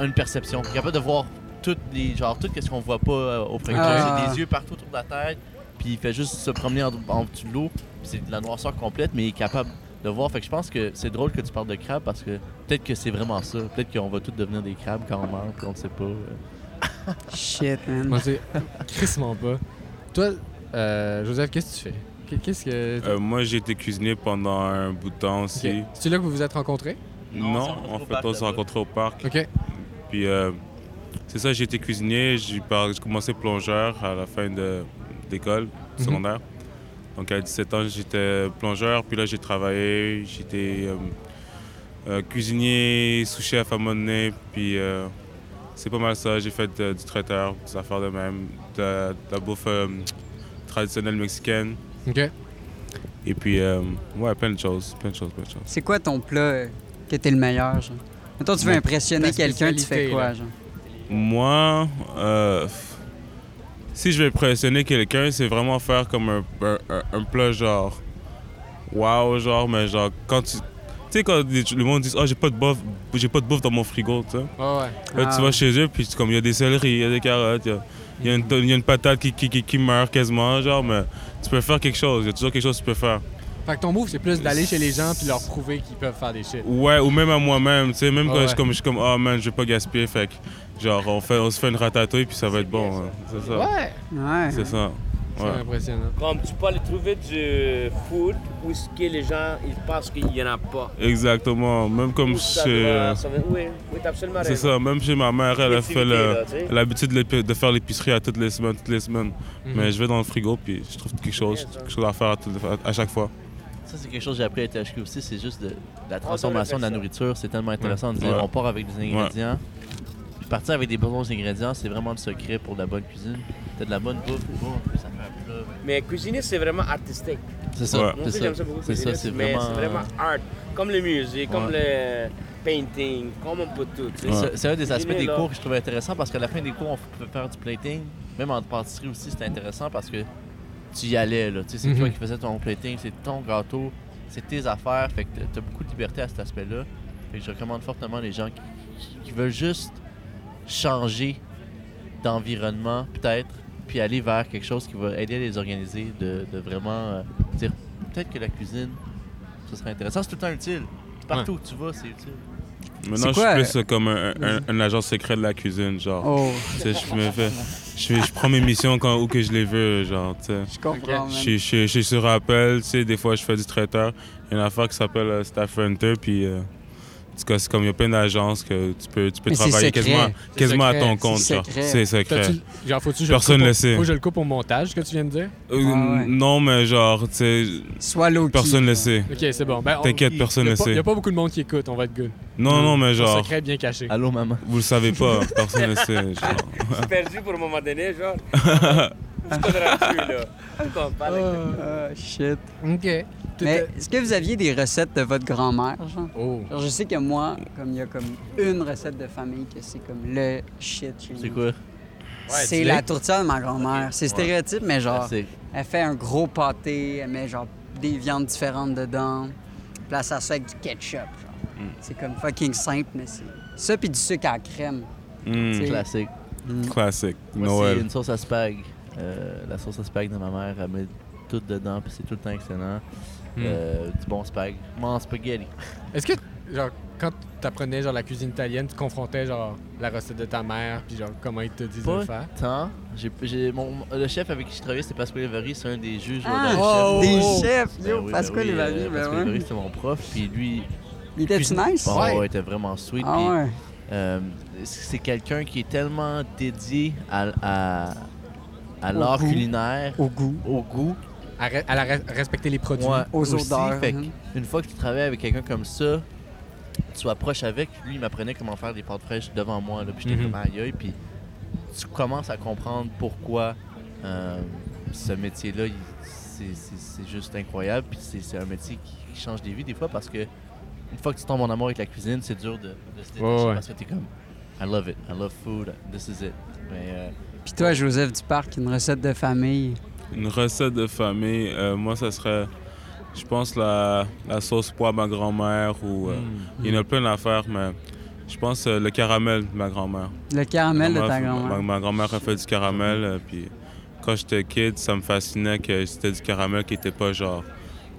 Speaker 6: une perception. Il est capable de voir toutes les genre tout ce qu'on voit pas euh, au premier
Speaker 1: Ah.
Speaker 6: Il a des yeux partout autour de la tête, puis il fait juste se promener en, en dessous de l'eau. puis C'est de la noirceur complète, mais il est capable de voir. Fait que je pense que c'est drôle que tu parles de crabe parce que peut-être que c'est vraiment ça. Peut-être qu'on va tous devenir des crabes quand on meurt, puis on ne sait pas. euh.
Speaker 1: Shit, man.
Speaker 2: Moi, c'est crissement pas. Toi, euh, Joseph, qu'est-ce que tu fais? Qu'est-ce que.
Speaker 5: Euh, moi, j'ai été cuisinier pendant un bout de temps aussi.
Speaker 2: Ok. C'est là que vous vous êtes rencontrés?
Speaker 5: Non,
Speaker 6: Non, on s'est
Speaker 5: en
Speaker 6: rencontrés au
Speaker 5: fait,
Speaker 6: parc
Speaker 5: on s'est
Speaker 6: là-bas.
Speaker 5: rencontrés au parc.
Speaker 2: OK.
Speaker 5: Puis euh, c'est ça, j'ai été cuisinier, j'ai par- j'ai commencé plongeur à la fin de l'école
Speaker 2: Mhm.
Speaker 5: secondaire. Donc à 17 ans, j'étais plongeur, puis là j'ai travaillé, j'étais euh, euh, cuisinier, sous-chef à mon nez, puis euh, c'est pas mal ça, j'ai fait euh, du traiteur, des affaires de même, de, la- de la bouffe euh, traditionnelle mexicaine,
Speaker 2: OK.
Speaker 5: et puis euh, ouais, plein de choses, plein de choses, plein de choses.
Speaker 1: C'est quoi ton plat euh, que t'es le meilleur, genre? Mettons, tu veux
Speaker 2: Mon-
Speaker 1: impressionner
Speaker 2: ta
Speaker 1: quelqu'un, tu fais
Speaker 2: spécialité,
Speaker 1: quoi,
Speaker 2: là.
Speaker 1: genre?
Speaker 5: Moi, euh, f- si je vais impressionner quelqu'un, c'est vraiment faire comme un, un- un- un plat genre. Waouh, genre, mais genre, quand tu. Tu sais, quand les- le monde dit, oh, j'ai pas de bouffe, j'ai pas de bouffe dans mon frigo, tu sais.
Speaker 2: Ouais, ouais.
Speaker 5: Là,
Speaker 1: Ah.
Speaker 5: tu vas chez eux, puis tu- comme il y a des céleris, il y a des carottes, il y a- il y, a une to- il y a une patate qui, qui, qui- qui meurt quasiment, genre, mais tu peux faire quelque chose, il y a toujours quelque chose que tu peux faire.
Speaker 2: Fait que ton move, c'est plus d'aller chez les gens puis leur prouver qu'ils peuvent faire des shit.
Speaker 5: Ouais, ou même à moi-même, tu sais, même
Speaker 2: Ah
Speaker 5: quand
Speaker 2: ouais.
Speaker 5: je, suis comme, je suis comme, oh man, je vais pas gaspiller, fait que, genre, on, fait, on se fait une ratatouille, puis ça va être bon, hein. c'est ça.
Speaker 2: Ouais!
Speaker 1: Ouais.
Speaker 5: C'est ça.
Speaker 2: C'est
Speaker 5: Ouais.
Speaker 2: impressionnant.
Speaker 3: Comme tu peux aller trouver du food où ce que les gens ils pensent qu'il n'y en a pas.
Speaker 5: Exactement. Même
Speaker 3: Où
Speaker 5: comme
Speaker 3: ça
Speaker 5: chez.
Speaker 3: doit- ça va- Oui, oui, t'as absolument
Speaker 5: C'est ça. Même chez ma mère, elle a
Speaker 3: L'activité,
Speaker 5: fait le-
Speaker 3: là, tu sais.
Speaker 5: elle a l'habitude de l'épi- de faire l'épicerie à toutes les semaines, toutes les semaines.
Speaker 2: Mhm.
Speaker 5: Mais je vais dans le frigo puis je trouve quelque chose,
Speaker 3: bien, ça.
Speaker 5: quelque chose à faire à, tout- à- à chaque fois.
Speaker 6: Ça, c'est quelque chose que j'ai appris à THQ aussi, c'est juste de, la
Speaker 3: devrait faire
Speaker 6: transformation de la
Speaker 3: ça.
Speaker 6: nourriture. C'est tellement intéressant de dire
Speaker 5: Ouais.
Speaker 6: on part avec des ingrédients. Puis partir avec des bons ingrédients, c'est vraiment le secret pour de la bonne cuisine. T'as de la bonne bouffe, bon, puis ça fait un plat.
Speaker 3: Mais cuisiner, c'est vraiment artistique.
Speaker 5: Ah.
Speaker 6: C'est
Speaker 5: Ouais.
Speaker 6: ça,
Speaker 3: Moi
Speaker 6: c'est
Speaker 3: aussi,
Speaker 6: ça.
Speaker 3: j'aime ça beaucoup.
Speaker 6: C'est ça,
Speaker 3: cuisiner,
Speaker 6: c'est
Speaker 3: mais
Speaker 6: vraiment.
Speaker 3: C'est vraiment art. Comme le musée, comme le painting, comme on peut tout. tu sais.
Speaker 6: C'est- C'est un des aspects des
Speaker 3: Cuisiner, là.
Speaker 6: cours que je trouvais intéressant parce qu'à la fin des cours, on pouvait faire du plating. Même en pâtisserie aussi, c'était intéressant parce que tu y allais. là. Tu sais, C'est
Speaker 2: Mhm.
Speaker 6: toi qui faisais ton plating, c'est ton gâteau, c'est tes affaires. Fait que t'as beaucoup de liberté à cet aspect-là. Fait que je recommande fortement les gens qui, qui- qui veulent juste changer d'environnement, peut-être, puis aller vers quelque chose qui va aider à les organiser, de, de vraiment euh, dire peut-être que la cuisine, ce serait intéressant. C'est tout le temps utile. Partout où tu vas, c'est utile.
Speaker 5: Maintenant, je
Speaker 1: quoi,
Speaker 5: suis plus euh, comme un, un- un agent secret de la cuisine, genre.
Speaker 1: Oh,
Speaker 5: Tu sais, je me fais, je, fais- je prends mes missions quand où que je les veux, genre. Tu sais.
Speaker 1: je comprends,
Speaker 5: Je
Speaker 1: man.
Speaker 5: suis- je suis- je suis sur appel, tu sais, des fois je fais du traiteur. Il y a une affaire qui s'appelle euh, Staff Hunter, puis euh, en tout cas, c'est comme il y a plein d'agences que tu peux, tu peux
Speaker 1: Mais c'est
Speaker 5: travailler
Speaker 1: secret.
Speaker 5: quasiment,
Speaker 2: C'est
Speaker 5: quasiment à
Speaker 2: secret.
Speaker 5: ton compte.
Speaker 1: C'est
Speaker 5: genre.
Speaker 1: secret.
Speaker 5: C'est secret.
Speaker 2: T'as-tu- Genre, faut-tu que je
Speaker 5: Personne
Speaker 2: le coupe
Speaker 5: le
Speaker 2: au-
Speaker 5: sait.
Speaker 2: Faut que je le coupe au montage, ce que tu viens de dire?
Speaker 5: Euh,
Speaker 1: Ah ouais.
Speaker 5: Non, mais genre, tu sais,
Speaker 1: Soit low
Speaker 5: personne le sait.
Speaker 2: Ok, c'est bon. Ben, on-
Speaker 5: T'inquiète,
Speaker 2: il-
Speaker 5: personne
Speaker 2: y a
Speaker 5: ne
Speaker 2: pas-
Speaker 5: sait.
Speaker 2: Y a pas beaucoup de monde qui écoute, on va être good.
Speaker 5: Non, non, mais
Speaker 2: Ton
Speaker 5: genre,
Speaker 2: secret bien caché.
Speaker 6: Allô, maman.
Speaker 5: vous le savez pas, personne ne sait. genre.
Speaker 3: C'est perdu pour un moment donné, genre. C'est pas gratuit, là. Comme, parle avec-
Speaker 1: Ah, shit.
Speaker 2: Ok.
Speaker 1: Mais est-ce que vous aviez des recettes de votre grand-mère, genre?
Speaker 2: Oh.
Speaker 1: Genre, je sais que moi, comme il y a comme une recette de famille que c'est comme le shit chez
Speaker 6: C'est
Speaker 1: nous.
Speaker 6: quoi?
Speaker 1: C'est
Speaker 7: Ah,
Speaker 2: du
Speaker 1: la
Speaker 2: lait?
Speaker 1: tourtière de ma grand-mère. C'est stéréotype, mais genre,
Speaker 6: C'est-
Speaker 2: Ah,
Speaker 1: elle fait un gros pâté, elle met genre des viandes différentes dedans, puis elle sert ça avec du ketchup. genre. C'est comme fucking simple, mais c'est ça, puis du sucre à la crème.
Speaker 5: Hmm,
Speaker 1: C'est-
Speaker 6: Classique.
Speaker 5: classique,
Speaker 6: Moi, c'est
Speaker 5: Noël.
Speaker 6: une sauce à spag. Euh, la sauce à spag de ma mère, elle met tout dedans, puis c'est tout le temps excellent.
Speaker 2: Hmm.
Speaker 6: Euh, du bon spag. Mon spaghetti.
Speaker 2: Est-ce que, genre, quand t'apprenais genre la cuisine italienne, tu confrontais genre la recette de ta mère, puis genre comment ils te disent de le
Speaker 6: Pas
Speaker 2: faire?
Speaker 6: tant. J'ai, j'ai- mon, le chef avec qui je travaillais, c'est Pasquale Levery, c'est un des juges.
Speaker 1: Ah,
Speaker 2: Oh,
Speaker 1: des
Speaker 2: oh, oh.
Speaker 1: chefs,
Speaker 6: Ben
Speaker 1: yo,
Speaker 6: euh,
Speaker 1: Pascal Lévary, ben ouais.
Speaker 6: c'est mon prof, puis lui.
Speaker 1: Il était
Speaker 6: cuisine-
Speaker 1: nice?
Speaker 6: Oh,
Speaker 2: Ouais.
Speaker 6: ouais, il était vraiment sweet.
Speaker 1: Ah
Speaker 6: puis,
Speaker 1: ouais.
Speaker 6: euh, c'est quelqu'un qui est tellement dédié à, à, à l'art
Speaker 1: goût.
Speaker 6: culinaire,
Speaker 1: Au goût.
Speaker 6: au goût,
Speaker 2: à, re- à la re- respecter les produits.
Speaker 6: Ouais,
Speaker 1: Aux
Speaker 6: aussi,
Speaker 1: odeurs,
Speaker 6: fait
Speaker 2: Mhm.
Speaker 1: hein.
Speaker 6: Une fois que tu travailles avec quelqu'un comme ça, tu approches avec. Lui, il m'apprenait comment faire des pâtes fraîches devant moi. Là, puis j'étais
Speaker 2: Mhm.
Speaker 6: comme aïe aïe. Puis tu commences à comprendre pourquoi euh, ce métier-là, il- c'est- c'est c'est juste incroyable. Puis c'est c'est un métier qui, qui change des vies des fois parce que une fois que tu tombes en amour avec la cuisine, c'est dur de, de se détacher
Speaker 2: Ouais, ouais.
Speaker 6: parce que t'es comme I love it, I love food, this is it. Mais, euh,
Speaker 1: Puis toi, Joseph Duparc, une recette de famille.
Speaker 5: Une recette de famille, euh, moi, ça serait, je pense, la, la sauce pois à ma grand-mère ou. euh,
Speaker 1: Mm.
Speaker 5: Il y en a plein d'affaires, mais je pense euh, le caramel de ma grand-mère.
Speaker 1: Le caramel de ta
Speaker 5: Ma,
Speaker 1: grand-mère.
Speaker 5: ma grand-mère a fait du caramel, euh, puis quand j'étais kid, ça me fascinait que c'était du caramel qui était pas genre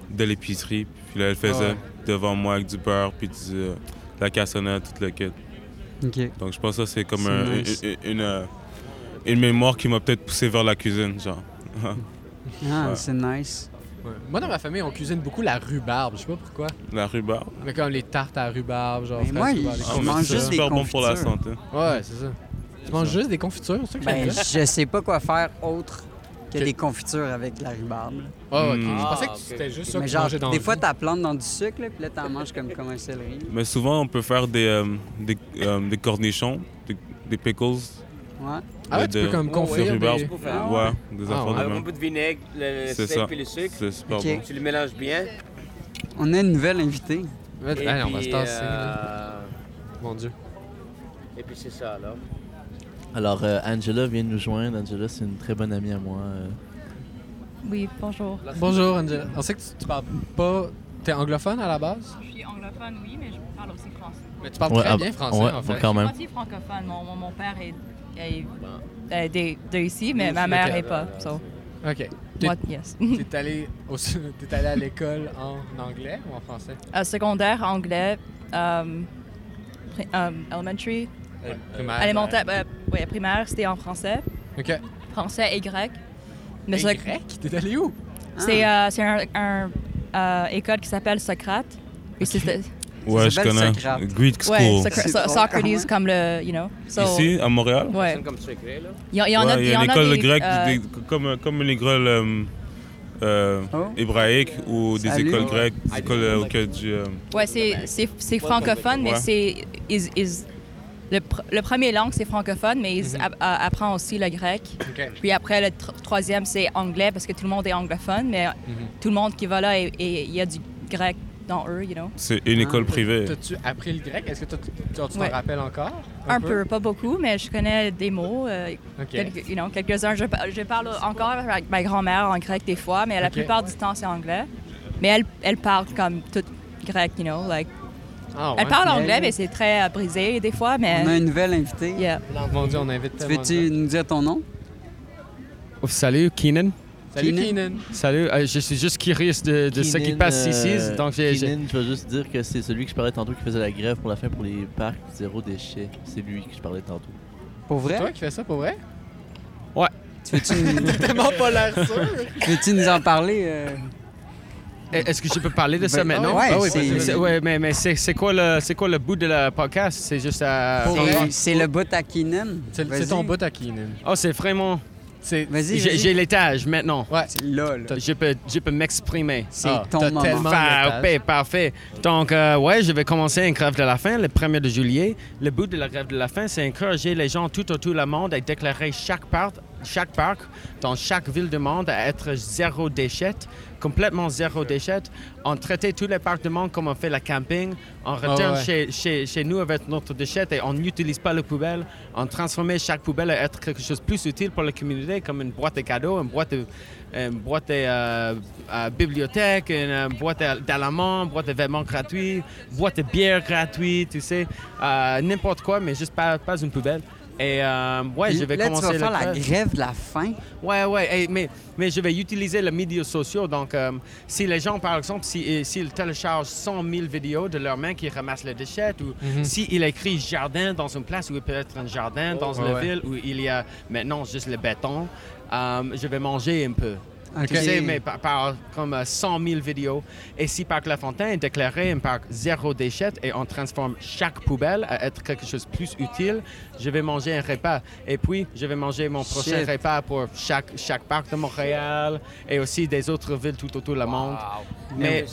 Speaker 5: de l'épicerie. Puis là, elle faisait
Speaker 2: Ouais.
Speaker 5: devant moi avec du beurre, puis du, euh, de la cassonade, tout le kit.
Speaker 1: OK.
Speaker 5: Donc je pense que ça, c'est comme
Speaker 1: C'est
Speaker 5: un-
Speaker 1: nice.
Speaker 5: une, une- une, euh, une mémoire qui m'a peut-être poussé vers la cuisine, genre.
Speaker 1: Ah,
Speaker 5: Ouais.
Speaker 1: c'est nice.
Speaker 2: Ouais. Moi, dans ma famille, on cuisine beaucoup la rhubarbe. Je sais pas pourquoi.
Speaker 5: La rhubarbe.
Speaker 2: Mais comme les tartes à rhubarbe, genre.
Speaker 1: Mais
Speaker 2: fraises
Speaker 1: moi,
Speaker 2: rhubarbe, des
Speaker 1: je
Speaker 5: Ah, mais
Speaker 2: confitures.
Speaker 1: mange
Speaker 5: c'est
Speaker 1: juste des
Speaker 5: super bon pour la
Speaker 1: confitures.
Speaker 5: santé.
Speaker 2: Ouais, c'est ça. Tu manges juste des confitures, c'est ça que
Speaker 1: Ben,
Speaker 2: je
Speaker 1: je sais pas quoi faire autre que
Speaker 2: Que-
Speaker 1: des confitures avec la rhubarbe. là.
Speaker 2: Ah, ok.
Speaker 5: Mm.
Speaker 2: Je pensais
Speaker 3: Ah,
Speaker 2: que
Speaker 3: ok.
Speaker 2: c'était juste ça
Speaker 1: Mais
Speaker 2: que tu
Speaker 1: genre,
Speaker 2: mangeais dans
Speaker 1: des
Speaker 2: la
Speaker 1: fois,
Speaker 2: vie.
Speaker 1: t'as plante dans du sucre, là, puis là, t'en manges comme, comme un céleri.
Speaker 5: Mais souvent, on peut faire des, euh, des, euh, des cornichons, des, des pickles.
Speaker 1: Ouais.
Speaker 2: Ah ouais,
Speaker 5: de-
Speaker 2: tu peux comme
Speaker 3: de
Speaker 5: de
Speaker 2: confire.
Speaker 5: rhubarbe.
Speaker 2: des-
Speaker 3: Pour faire.
Speaker 5: Ouais, des
Speaker 2: Ah,
Speaker 5: affaires
Speaker 2: ouais.
Speaker 5: de
Speaker 3: Avec un
Speaker 5: même.
Speaker 3: peu de vinaigre, le sel
Speaker 5: C'est ça.
Speaker 3: et le sucre.
Speaker 5: C'est super
Speaker 1: Ok.
Speaker 5: bon.
Speaker 3: Tu le mélanges bien.
Speaker 1: On a une nouvelle invitée.
Speaker 3: Et
Speaker 2: Ah, non, on va se
Speaker 3: puis,
Speaker 2: tasser. là.
Speaker 3: euh,
Speaker 2: Mon Dieu.
Speaker 3: Et puis c'est ça, là.
Speaker 6: alors, euh, Angela vient de nous joindre. Angela, c'est une très bonne amie à moi. euh.
Speaker 8: Oui, bonjour.
Speaker 2: Bonjour, Angela. On sait que tu, tu parles pas. T'es anglophone à la base?
Speaker 8: Je suis anglophone, oui, mais je parle aussi français.
Speaker 2: Mais tu parles
Speaker 6: Ouais,
Speaker 2: très
Speaker 6: ah,
Speaker 2: bien français,
Speaker 6: ouais,
Speaker 2: en fait.
Speaker 8: Je
Speaker 6: quand
Speaker 8: suis
Speaker 6: même.
Speaker 8: moitié francophone. Mon, mon- mon père est, est- est de, de ici, mais
Speaker 2: Oui,
Speaker 8: ma
Speaker 2: ok.
Speaker 8: mère est pas. So,
Speaker 2: Ok.
Speaker 8: moi, yes.
Speaker 2: T'es allé, au- t'es allé à l'école en anglais ou en français?
Speaker 8: Euh, secondaire, anglais, euh, pri- euh, elementary,
Speaker 2: Primaire. euh,
Speaker 8: alimentaire, euh, ouais, primaire, c'était en français.
Speaker 2: Ok.
Speaker 8: Français et grec.
Speaker 2: Mais
Speaker 8: Mais ça-
Speaker 2: grec? T'es allé où?
Speaker 8: c'est euh, c'est un, un, euh, école qui s'appelle Socrate. Puis c'était-
Speaker 5: Ouais, je
Speaker 1: s'appelle
Speaker 5: connais.
Speaker 1: Socrate.
Speaker 5: Greek School.
Speaker 8: ouais, Socra-
Speaker 1: C'est
Speaker 8: So-
Speaker 1: drôle, quand
Speaker 8: Socrates
Speaker 1: même.
Speaker 8: comme le, you know. So,
Speaker 5: Ici, à Montréal?
Speaker 8: Ouais.
Speaker 3: Comme secret, là.
Speaker 8: Il y, en- il y en a,
Speaker 5: Ouais, il y
Speaker 8: il
Speaker 5: a
Speaker 8: en
Speaker 5: une école
Speaker 8: des,
Speaker 5: grecque,
Speaker 8: euh,
Speaker 5: des- comme, comme une école euh, euh,
Speaker 1: Oh.
Speaker 5: hébraïque ou des
Speaker 1: Salut.
Speaker 5: écoles grecques, des écoles euh, que du... euh,
Speaker 8: Ouais, c'est- c'est c'est francophone, mais
Speaker 5: Ouais.
Speaker 8: c'est. is- is- le, pr- le premier langue, c'est francophone, mais
Speaker 5: Mhm.
Speaker 8: ils app- a- apprend aussi le grec.
Speaker 2: Ok.
Speaker 8: Puis après, le tr- troisième, c'est anglais, parce que tout le monde est anglophone, mais tout le monde qui va là, et et il y a du grec dans eux, you know.
Speaker 5: C'est une école privée.
Speaker 2: T'as-tu appris le grec? Est-ce que t'as- t'as- tu t'en
Speaker 8: Ouais.
Speaker 2: rappelles encore?
Speaker 8: Un, peu. pas beaucoup, mais je connais des mots, euh,
Speaker 2: Ok.
Speaker 8: quelques- you know, quelques-uns. Je, par- je parle encore avec ma grand-mère en grec des fois, mais la
Speaker 2: Ok.
Speaker 8: plupart du temps, c'est anglais. Mais elle, elle parle comme tout grec, you know. like-
Speaker 2: Ah,
Speaker 8: Elle parle
Speaker 1: Ouais.
Speaker 8: anglais, mais c'est très euh, brisé des fois, mais...
Speaker 1: On a une nouvelle invitée.
Speaker 8: yeah.
Speaker 2: Mon Dieu, on invite
Speaker 1: Tu
Speaker 2: tellement de
Speaker 1: veux-tu nous dire ton nom?
Speaker 9: Oh, Salut
Speaker 2: gens.
Speaker 9: Keenan.
Speaker 2: Salut, Keenan.
Speaker 9: Salut, euh, je suis juste curieux de, de ce qui
Speaker 6: Keenan,
Speaker 9: passe
Speaker 6: euh,
Speaker 9: ici. Donc j'ai- j'ai-
Speaker 6: Keenan, je veux juste dire que c'est celui que je parlais tantôt qui faisait la grève pour la fin pour les parcs zéro déchet. C'est lui que je parlais tantôt.
Speaker 1: Pour
Speaker 2: C'est
Speaker 1: vrai?
Speaker 2: toi qui fais ça, pour vrai?
Speaker 1: Tu veux-tu nous,
Speaker 2: Tellement pas l'air sûr.
Speaker 1: veux-tu nous en parler? euh?
Speaker 9: Eh, Est-ce que je peux parler de ça
Speaker 1: Ben,
Speaker 9: maintenant?
Speaker 1: ouais,
Speaker 9: Ah oui,
Speaker 1: c'est-
Speaker 9: parce que c'est- ouais, mais, mais c'est c'est quoi, le- c'est quoi le bout de la podcast? C'est juste à.
Speaker 2: Pour-
Speaker 1: C'est-
Speaker 2: vrai?
Speaker 1: C'est le bout à Keenan.
Speaker 2: C'est
Speaker 1: Vas-y.
Speaker 2: c'est ton bout à Keenan.
Speaker 9: Oh, c'est vraiment.
Speaker 2: C'est
Speaker 1: Vas-y,
Speaker 9: J'ai
Speaker 1: vas-y.
Speaker 9: j'ai l'étage maintenant.
Speaker 2: Ouais.
Speaker 1: C'est là, là.
Speaker 9: Je peux, je peux m'exprimer.
Speaker 1: C'est
Speaker 2: Ah,
Speaker 1: ton
Speaker 2: t'as
Speaker 1: moment.
Speaker 2: tellement-
Speaker 9: Parfait,
Speaker 2: l'étage.
Speaker 9: parfait. Donc, euh, ouais, je vais commencer une grève de la faim le 1er de juillet. Le but de la grève de la faim, c'est encourager les gens tout autour du monde à déclarer chaque parc, chaque parc dans chaque ville du monde à être zéro déchet, complètement zéro déchet. On traitait tous les parcs du monde comme on fait la camping. On retourne
Speaker 2: ouais.
Speaker 9: chez, chez- chez nous avec notre déchet et on n'utilise pas les poubelles. On transformait chaque poubelle à être quelque chose de plus utile pour la communauté, comme une boîte de cadeaux, une boîte de, une boîte de, euh, à bibliothèque, une euh, boîte à- d'aliments, une boîte de vêtements gratuits, une boîte de bière gratuite, tu sais, euh, n'importe quoi, mais juste pas, pas une poubelle. Et euh, ouais, je vais
Speaker 1: là,
Speaker 9: commencer
Speaker 1: tu vas faire
Speaker 9: le-
Speaker 1: la grève de la faim.
Speaker 9: Ouais, ouais, hey, mais, mais je vais utiliser les médias sociaux. Donc, euh, si les gens, par exemple, si- euh, s'ils téléchargent 100 000 vidéos de leurs mains qui ramassent les déchets, ou
Speaker 2: Mhm.
Speaker 9: s'ils écrivent jardin dans une place où il peut être un jardin, dans
Speaker 2: Oh, Ouais,
Speaker 9: une
Speaker 2: ouais.
Speaker 9: ville où il y a maintenant juste le béton, euh, je vais manger un peu.
Speaker 1: OK.
Speaker 9: Tu sais, mais par, par comme euh, 100 000 vidéos. Et si Parc La Fontaine est déclaré un parc zéro déchet et on transforme chaque poubelle à être quelque chose de plus utile, je vais manger un repas. Et puis, je vais manger mon prochain
Speaker 1: Shit.
Speaker 9: repas pour chaque, chaque parc de Montréal et aussi des autres villes tout autour du monde. Mais-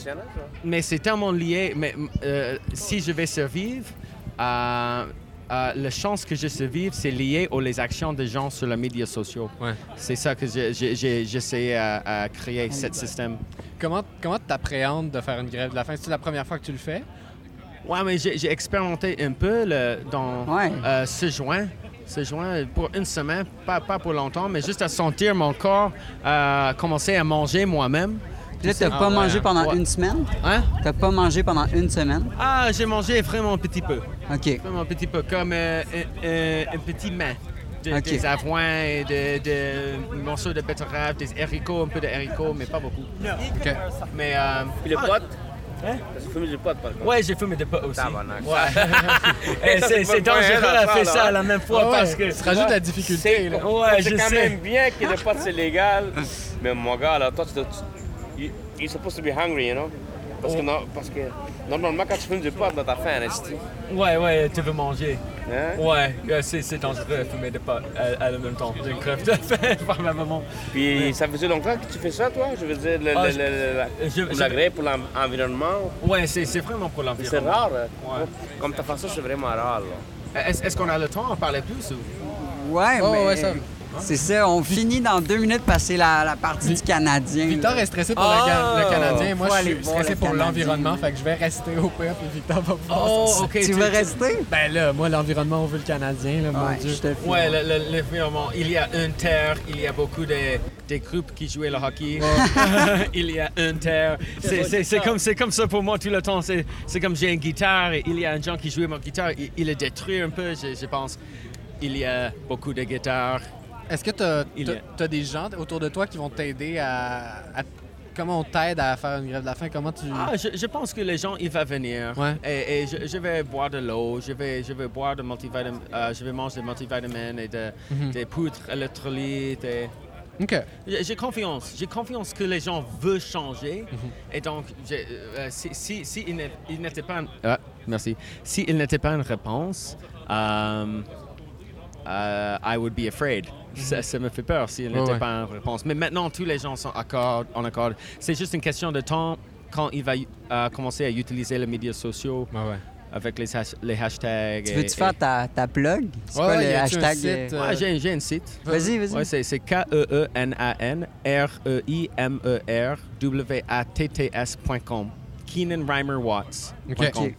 Speaker 9: Mais c'est tellement lié. Mais euh, si je vais survivre, euh, euh, la chance que je survive, c'est lié aux les actions des gens sur les médias sociaux.
Speaker 2: Ouais.
Speaker 9: C'est ça que j'ai- j'ai- j'ai- j'essayais à, à créer, ce système.
Speaker 2: Comment comment t'appréhendes de faire une grève de la faim? C'est la première fois que tu le fais?
Speaker 9: Ouais, mais j'ai j'ai expérimenté un peu le- dans
Speaker 1: Ouais.
Speaker 9: euh, ce joint. Ce joint, pour une semaine, pas, pas pour longtemps, mais juste à sentir mon corps euh, commencer à manger moi-même.
Speaker 1: Puis Là, t'as
Speaker 2: Ah
Speaker 1: pas
Speaker 2: ouais,
Speaker 1: mangé
Speaker 2: hein?
Speaker 1: pendant
Speaker 9: Ouais.
Speaker 1: une semaine?
Speaker 9: Hein?
Speaker 1: T'as pas mangé pendant une semaine?
Speaker 9: Ah, j'ai mangé vraiment un petit peu.
Speaker 1: OK.
Speaker 9: Comme un petit peu, comme euh, euh, euh, un petit main. De-
Speaker 1: Ok.
Speaker 9: Des avoins, et de, de morceaux de betterave, des haricots, un peu de haricots, mais pas beaucoup.
Speaker 2: Ok.
Speaker 9: Mais euh,
Speaker 3: Puis le
Speaker 9: ah,
Speaker 3: pote? Parce que fumer du pot, par contre.
Speaker 7: Hein? Ouais, j'ai fumé des potes aussi.
Speaker 3: Tabarnak.
Speaker 7: Ouais. Et
Speaker 9: Eh,
Speaker 3: Ça,
Speaker 7: c'est
Speaker 3: c'est
Speaker 7: c'est
Speaker 3: pas
Speaker 7: dangereux
Speaker 3: moyen
Speaker 7: à
Speaker 3: d'en
Speaker 7: faire
Speaker 3: faire,
Speaker 7: ça à
Speaker 3: là. Ah
Speaker 7: la même fois parce que.
Speaker 2: Ça rajoute la difficulté. là.
Speaker 7: Ouais,
Speaker 3: c'est
Speaker 7: je
Speaker 3: quand même
Speaker 7: sais.
Speaker 3: bien que le pot c'est légal. Mais mon gars, là, toi, tu dois. tu- you- You're supposed to be hungry, you know? Parce
Speaker 7: Oh.
Speaker 3: que, non, parce que normalement, quand tu fumes du pot, là, t'as faim, hein? n'est-ce
Speaker 7: Ouais, ouais, tu veux manger. Ouais, euh, c'est c'est dangereux de fumer des potes à, à le même temps. J'ai une crève de faim par ma maman.
Speaker 3: Puis ça faisait longtemps que tu fais ça, toi? Je veux dire, le,
Speaker 7: Ah,
Speaker 3: le-
Speaker 7: je-
Speaker 3: le- la,
Speaker 7: je-
Speaker 3: pour
Speaker 7: je-
Speaker 3: la grève, pour l'en- l'environnement.
Speaker 7: Ouais, c'est c'est vraiment pour
Speaker 3: C'est
Speaker 7: l'environnement.
Speaker 3: rare. hein. Comme ta façon, c'est vraiment rare. Là.
Speaker 9: Est-ce est-ce qu'on a le temps d'en parler plus? ou-
Speaker 1: Ouais,
Speaker 2: Oh,
Speaker 1: mais
Speaker 2: ouais, ça-
Speaker 1: c'est ça. On finit dans deux minutes parce que c'est la, la partie
Speaker 2: Vi-
Speaker 1: du Canadien.
Speaker 2: Victor
Speaker 1: là.
Speaker 2: est stressé pour le
Speaker 9: Ah!
Speaker 2: Can- le, Canadien. Moi,
Speaker 1: Faut
Speaker 2: je
Speaker 1: aller
Speaker 2: suis
Speaker 1: voir
Speaker 2: stressé
Speaker 1: le
Speaker 2: pour
Speaker 1: Canadien.
Speaker 2: l'environnement. Fait que je vais rester au pire, puis Victor va pouvoir
Speaker 9: Oh,
Speaker 2: s'en-
Speaker 9: ok.
Speaker 1: Tu veux rester?
Speaker 2: Ben là, moi, l'environnement, on veut le Canadien, là, mon
Speaker 1: Ouais,
Speaker 2: Dieu.
Speaker 1: je te le file.
Speaker 9: Ouais, le- le- l'environnement. Il y a une terre, il y a beaucoup de, des groupes qui jouaient le hockey. il y a une terre. C'est- C'est c'est comme, c'est comme ça pour moi tout le temps. C'est c'est comme j'ai une guitare et il y a un gens qui jouait ma guitare. Il, il est détruit un peu, je, je pense. Il y a beaucoup de guitares.
Speaker 2: Est-ce que t'as
Speaker 9: Il
Speaker 2: t'as-
Speaker 9: est.
Speaker 2: t'as des gens autour de toi qui vont t'aider à, à- Comment on t'aide à faire une grève de la faim? Comment tu...
Speaker 9: Ah, je, je pense que les gens, ils vont venir.
Speaker 2: Ouais.
Speaker 9: Et, et je, je vais boire de l'eau, je vais, je vais boire de multivitamines, je vais manger des multivitamines et de- des poudres électrolytes. et-
Speaker 2: OK.
Speaker 9: J'ai j'ai confiance. J'ai confiance que les gens veulent changer. Et donc, j'ai- euh, si, si, si il n'est- il n'était pas... une- Ah, merci. Si il n'était pas une réponse, euh, euh, I would be afraid. Ça, ça me fait peur s'il
Speaker 2: Ouais,
Speaker 9: n'était
Speaker 2: ouais.
Speaker 9: pas une réponse. Mais maintenant, tous les gens sont accord, en accord. C'est juste une question de temps quand il va euh, commencer à utiliser les médias sociaux
Speaker 2: Ouais, ouais.
Speaker 9: avec les, hash- les hashtags.
Speaker 1: Tu
Speaker 9: et-
Speaker 1: veux-tu
Speaker 9: et-
Speaker 1: faire ta, ta plug? C'est
Speaker 2: Ouais,
Speaker 1: pas
Speaker 2: ouais,
Speaker 1: le
Speaker 2: y a-tu un
Speaker 1: hashtag.
Speaker 2: site,
Speaker 1: euh,
Speaker 2: euh,
Speaker 9: Ouais, j'ai j'ai un site.
Speaker 1: Vas-y, vas-y.
Speaker 9: Ouais, c'est E c'est E K-E-E-N-A-N-R-E-I-M-E-R-W-A-T-T-S.com. Keenan Reimer Watts.
Speaker 2: Ok.
Speaker 9: .com.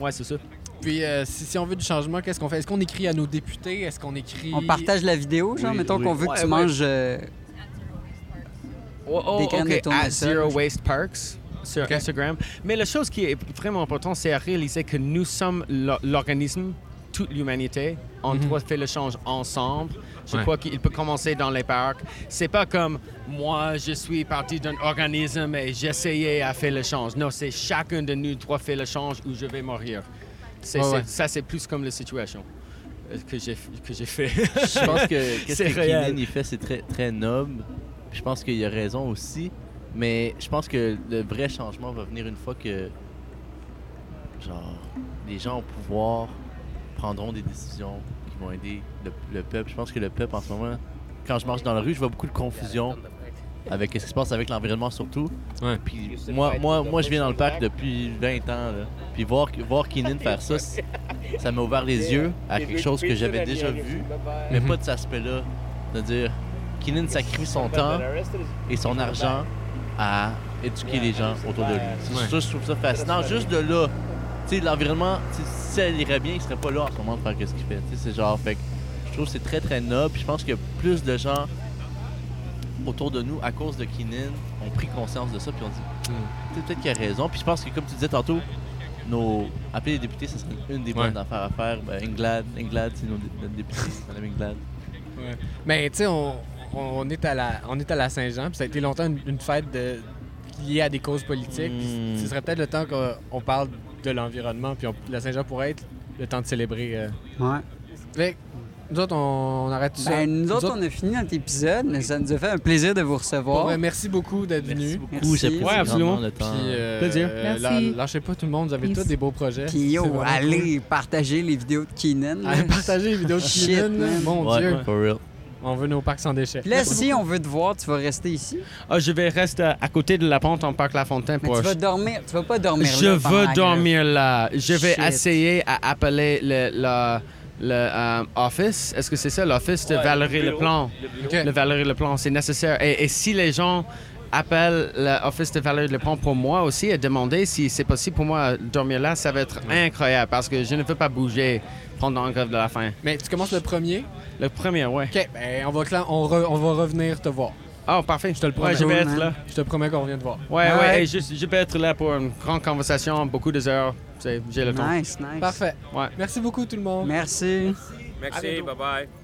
Speaker 9: Ouais, c'est ça.
Speaker 2: Puis euh, si, si on veut du changement, qu'est-ce qu'on fait? Est-ce qu'on écrit à nos députés? Est-ce qu'on écrit...
Speaker 1: On partage la vidéo, genre,
Speaker 6: Oui,
Speaker 1: mettons
Speaker 6: oui.
Speaker 1: qu'on veut que
Speaker 9: Ouais,
Speaker 1: tu
Speaker 9: ouais.
Speaker 1: manges. euh,
Speaker 9: Oh, oh,
Speaker 1: Des graines de
Speaker 9: ok,
Speaker 1: tournesol.
Speaker 9: At Zero Waste Parks sur
Speaker 2: Ok.
Speaker 9: Instagram. Mais la chose qui est vraiment importante, c'est à réaliser que nous sommes l'o- l'organisme, toute l'humanité. On
Speaker 2: Mhm.
Speaker 9: doit faire le change ensemble. Je
Speaker 2: Ouais.
Speaker 9: crois qu'il peut commencer dans les parcs. C'est pas comme moi, je suis parti d'un organisme et j'essayais à faire le change. Non, c'est chacun de nous doit faire le change ou je vais mourir. C'est-
Speaker 2: Ouais,
Speaker 9: c'est-
Speaker 2: ouais.
Speaker 9: Ça, c'est plus comme la situation euh, que j'ai que j'ai fait.
Speaker 6: Je pense que qu'est-ce
Speaker 9: C'est
Speaker 6: que
Speaker 9: réel.
Speaker 6: Keenan il fait, c'est très, très noble. Puis Je pense qu'il a raison aussi. Mais je pense que le vrai changement va venir une fois que genre les gens au pouvoir prendront des décisions qui vont aider le, le peuple. Je pense que le peuple en ce moment, quand je marche dans la rue, je vois beaucoup de confusion avec ce qui se passe avec l'environnement surtout.
Speaker 2: Ouais.
Speaker 6: Puis moi, moi, moi, je viens dans le parc depuis 20 ans. là. Puis voir, voir Keenan faire ça, c'est- ça m'a ouvert les yeux à quelque chose que j'avais déjà vu mais
Speaker 2: Mhm.
Speaker 6: pas de cet aspect-là. C'est-à-dire, Keenan sacrifie son temps et son argent à éduquer les gens autour de lui. C'est
Speaker 2: Ouais.
Speaker 6: ça, je trouve ça fascinant. Juste de là, tu sais, l'environnement, tu sais, si elle irait bien, il serait pas là en ce moment de faire ce qu'il fait. Tu sais, c'est genre, fait que je trouve que c'est très, très noble. Puis je pense que plus de gens autour de nous, à cause de Keenan, ont pris conscience de ça, puis on dit,
Speaker 2: Mm.
Speaker 6: Tu sais, peut-être qu'il a raison. Puis je pense que, comme tu disais tantôt, nos... appeler les députés, ce serait une des bonnes
Speaker 2: Ouais.
Speaker 6: affaires à faire. Ben, Inglad, Inglad, c'est nos dé- notre député, c'est Madame Inglad.
Speaker 2: Mais Ben, tu sais, on, on est à la, on est à la Saint-Jean, puis ça a été longtemps une, une fête de, liée à des causes politiques. puis
Speaker 1: Hmm.
Speaker 6: Mm.
Speaker 2: Ce serait peut-être le temps qu'on on parle de l'environnement, puis on- la Saint-Jean pourrait être le temps de célébrer. euh.
Speaker 1: Ouais.
Speaker 2: Fait que Nous autres, on, on arrête ça.
Speaker 1: Ben, nous autres, on a fini notre épisode, mais ça nous a fait un plaisir de vous
Speaker 2: Pour
Speaker 1: recevoir.
Speaker 2: vrai, merci beaucoup d'être
Speaker 6: Merci
Speaker 2: venu.
Speaker 6: beaucoup,
Speaker 1: Merci.
Speaker 6: j'ai apprécié
Speaker 2: Ouais, absolument.
Speaker 6: grandement le
Speaker 2: Puis,
Speaker 6: temps.
Speaker 2: euh,
Speaker 7: Plaisir.
Speaker 2: euh,
Speaker 4: Merci.
Speaker 2: la- lâchez pas tout le monde, vous avez
Speaker 8: Merci.
Speaker 2: tous des beaux projets.
Speaker 1: Puis
Speaker 2: C'est
Speaker 1: yo,
Speaker 2: vraiment
Speaker 1: allez partager les vidéos de Keenan.
Speaker 2: cool. Allez partager les vidéos de
Speaker 1: Shit,
Speaker 2: Keenan.
Speaker 1: man.
Speaker 2: Mon
Speaker 6: Ouais,
Speaker 2: Dieu,
Speaker 6: for real.
Speaker 2: on veut nos parcs sans déchets.
Speaker 1: Puis là, si on veut te voir, tu vas rester ici.
Speaker 9: Ah, je vais rester à côté de la pente en parc La Fontaine
Speaker 1: Mais
Speaker 9: pour.
Speaker 1: tu vas dormir. Tu vas pas dormir
Speaker 9: je
Speaker 1: là pendant
Speaker 9: veux
Speaker 1: la grève.
Speaker 9: dormir là. Je vais
Speaker 1: Shit.
Speaker 9: essayer à appeler le, le, le, euh, office. Est-ce que c'est ça l'office de Valérie Leplan?
Speaker 2: OK.
Speaker 9: Le Valérie Leplan, c'est nécessaire. Et, et si les gens appellent l'office de Valérie Leplan pour moi aussi et demander si c'est possible pour moi de dormir là, ça va être incroyable parce que je ne veux pas bouger pendant la grève de la faim.
Speaker 2: Mais tu commences le premier.
Speaker 9: Le premier, ouais.
Speaker 2: OK, ben, on, va, cla- on, re- on va revenir te voir.
Speaker 9: Ah, parfait. Je te le
Speaker 2: promets.
Speaker 9: je vais
Speaker 1: Cool,
Speaker 9: être
Speaker 1: man.
Speaker 9: là.
Speaker 2: Je te promets qu'on revient te voir.
Speaker 9: Ouais,
Speaker 1: hein. Ah
Speaker 9: ouais,
Speaker 1: ouais.
Speaker 9: et je, je vais être là pour une grande conversation, beaucoup de heures. C'est- J'ai le temps.
Speaker 1: Nice, nice.
Speaker 2: Parfait.
Speaker 9: Ouais.
Speaker 2: Merci beaucoup tout le monde.
Speaker 1: Merci.
Speaker 3: Merci, bye-bye.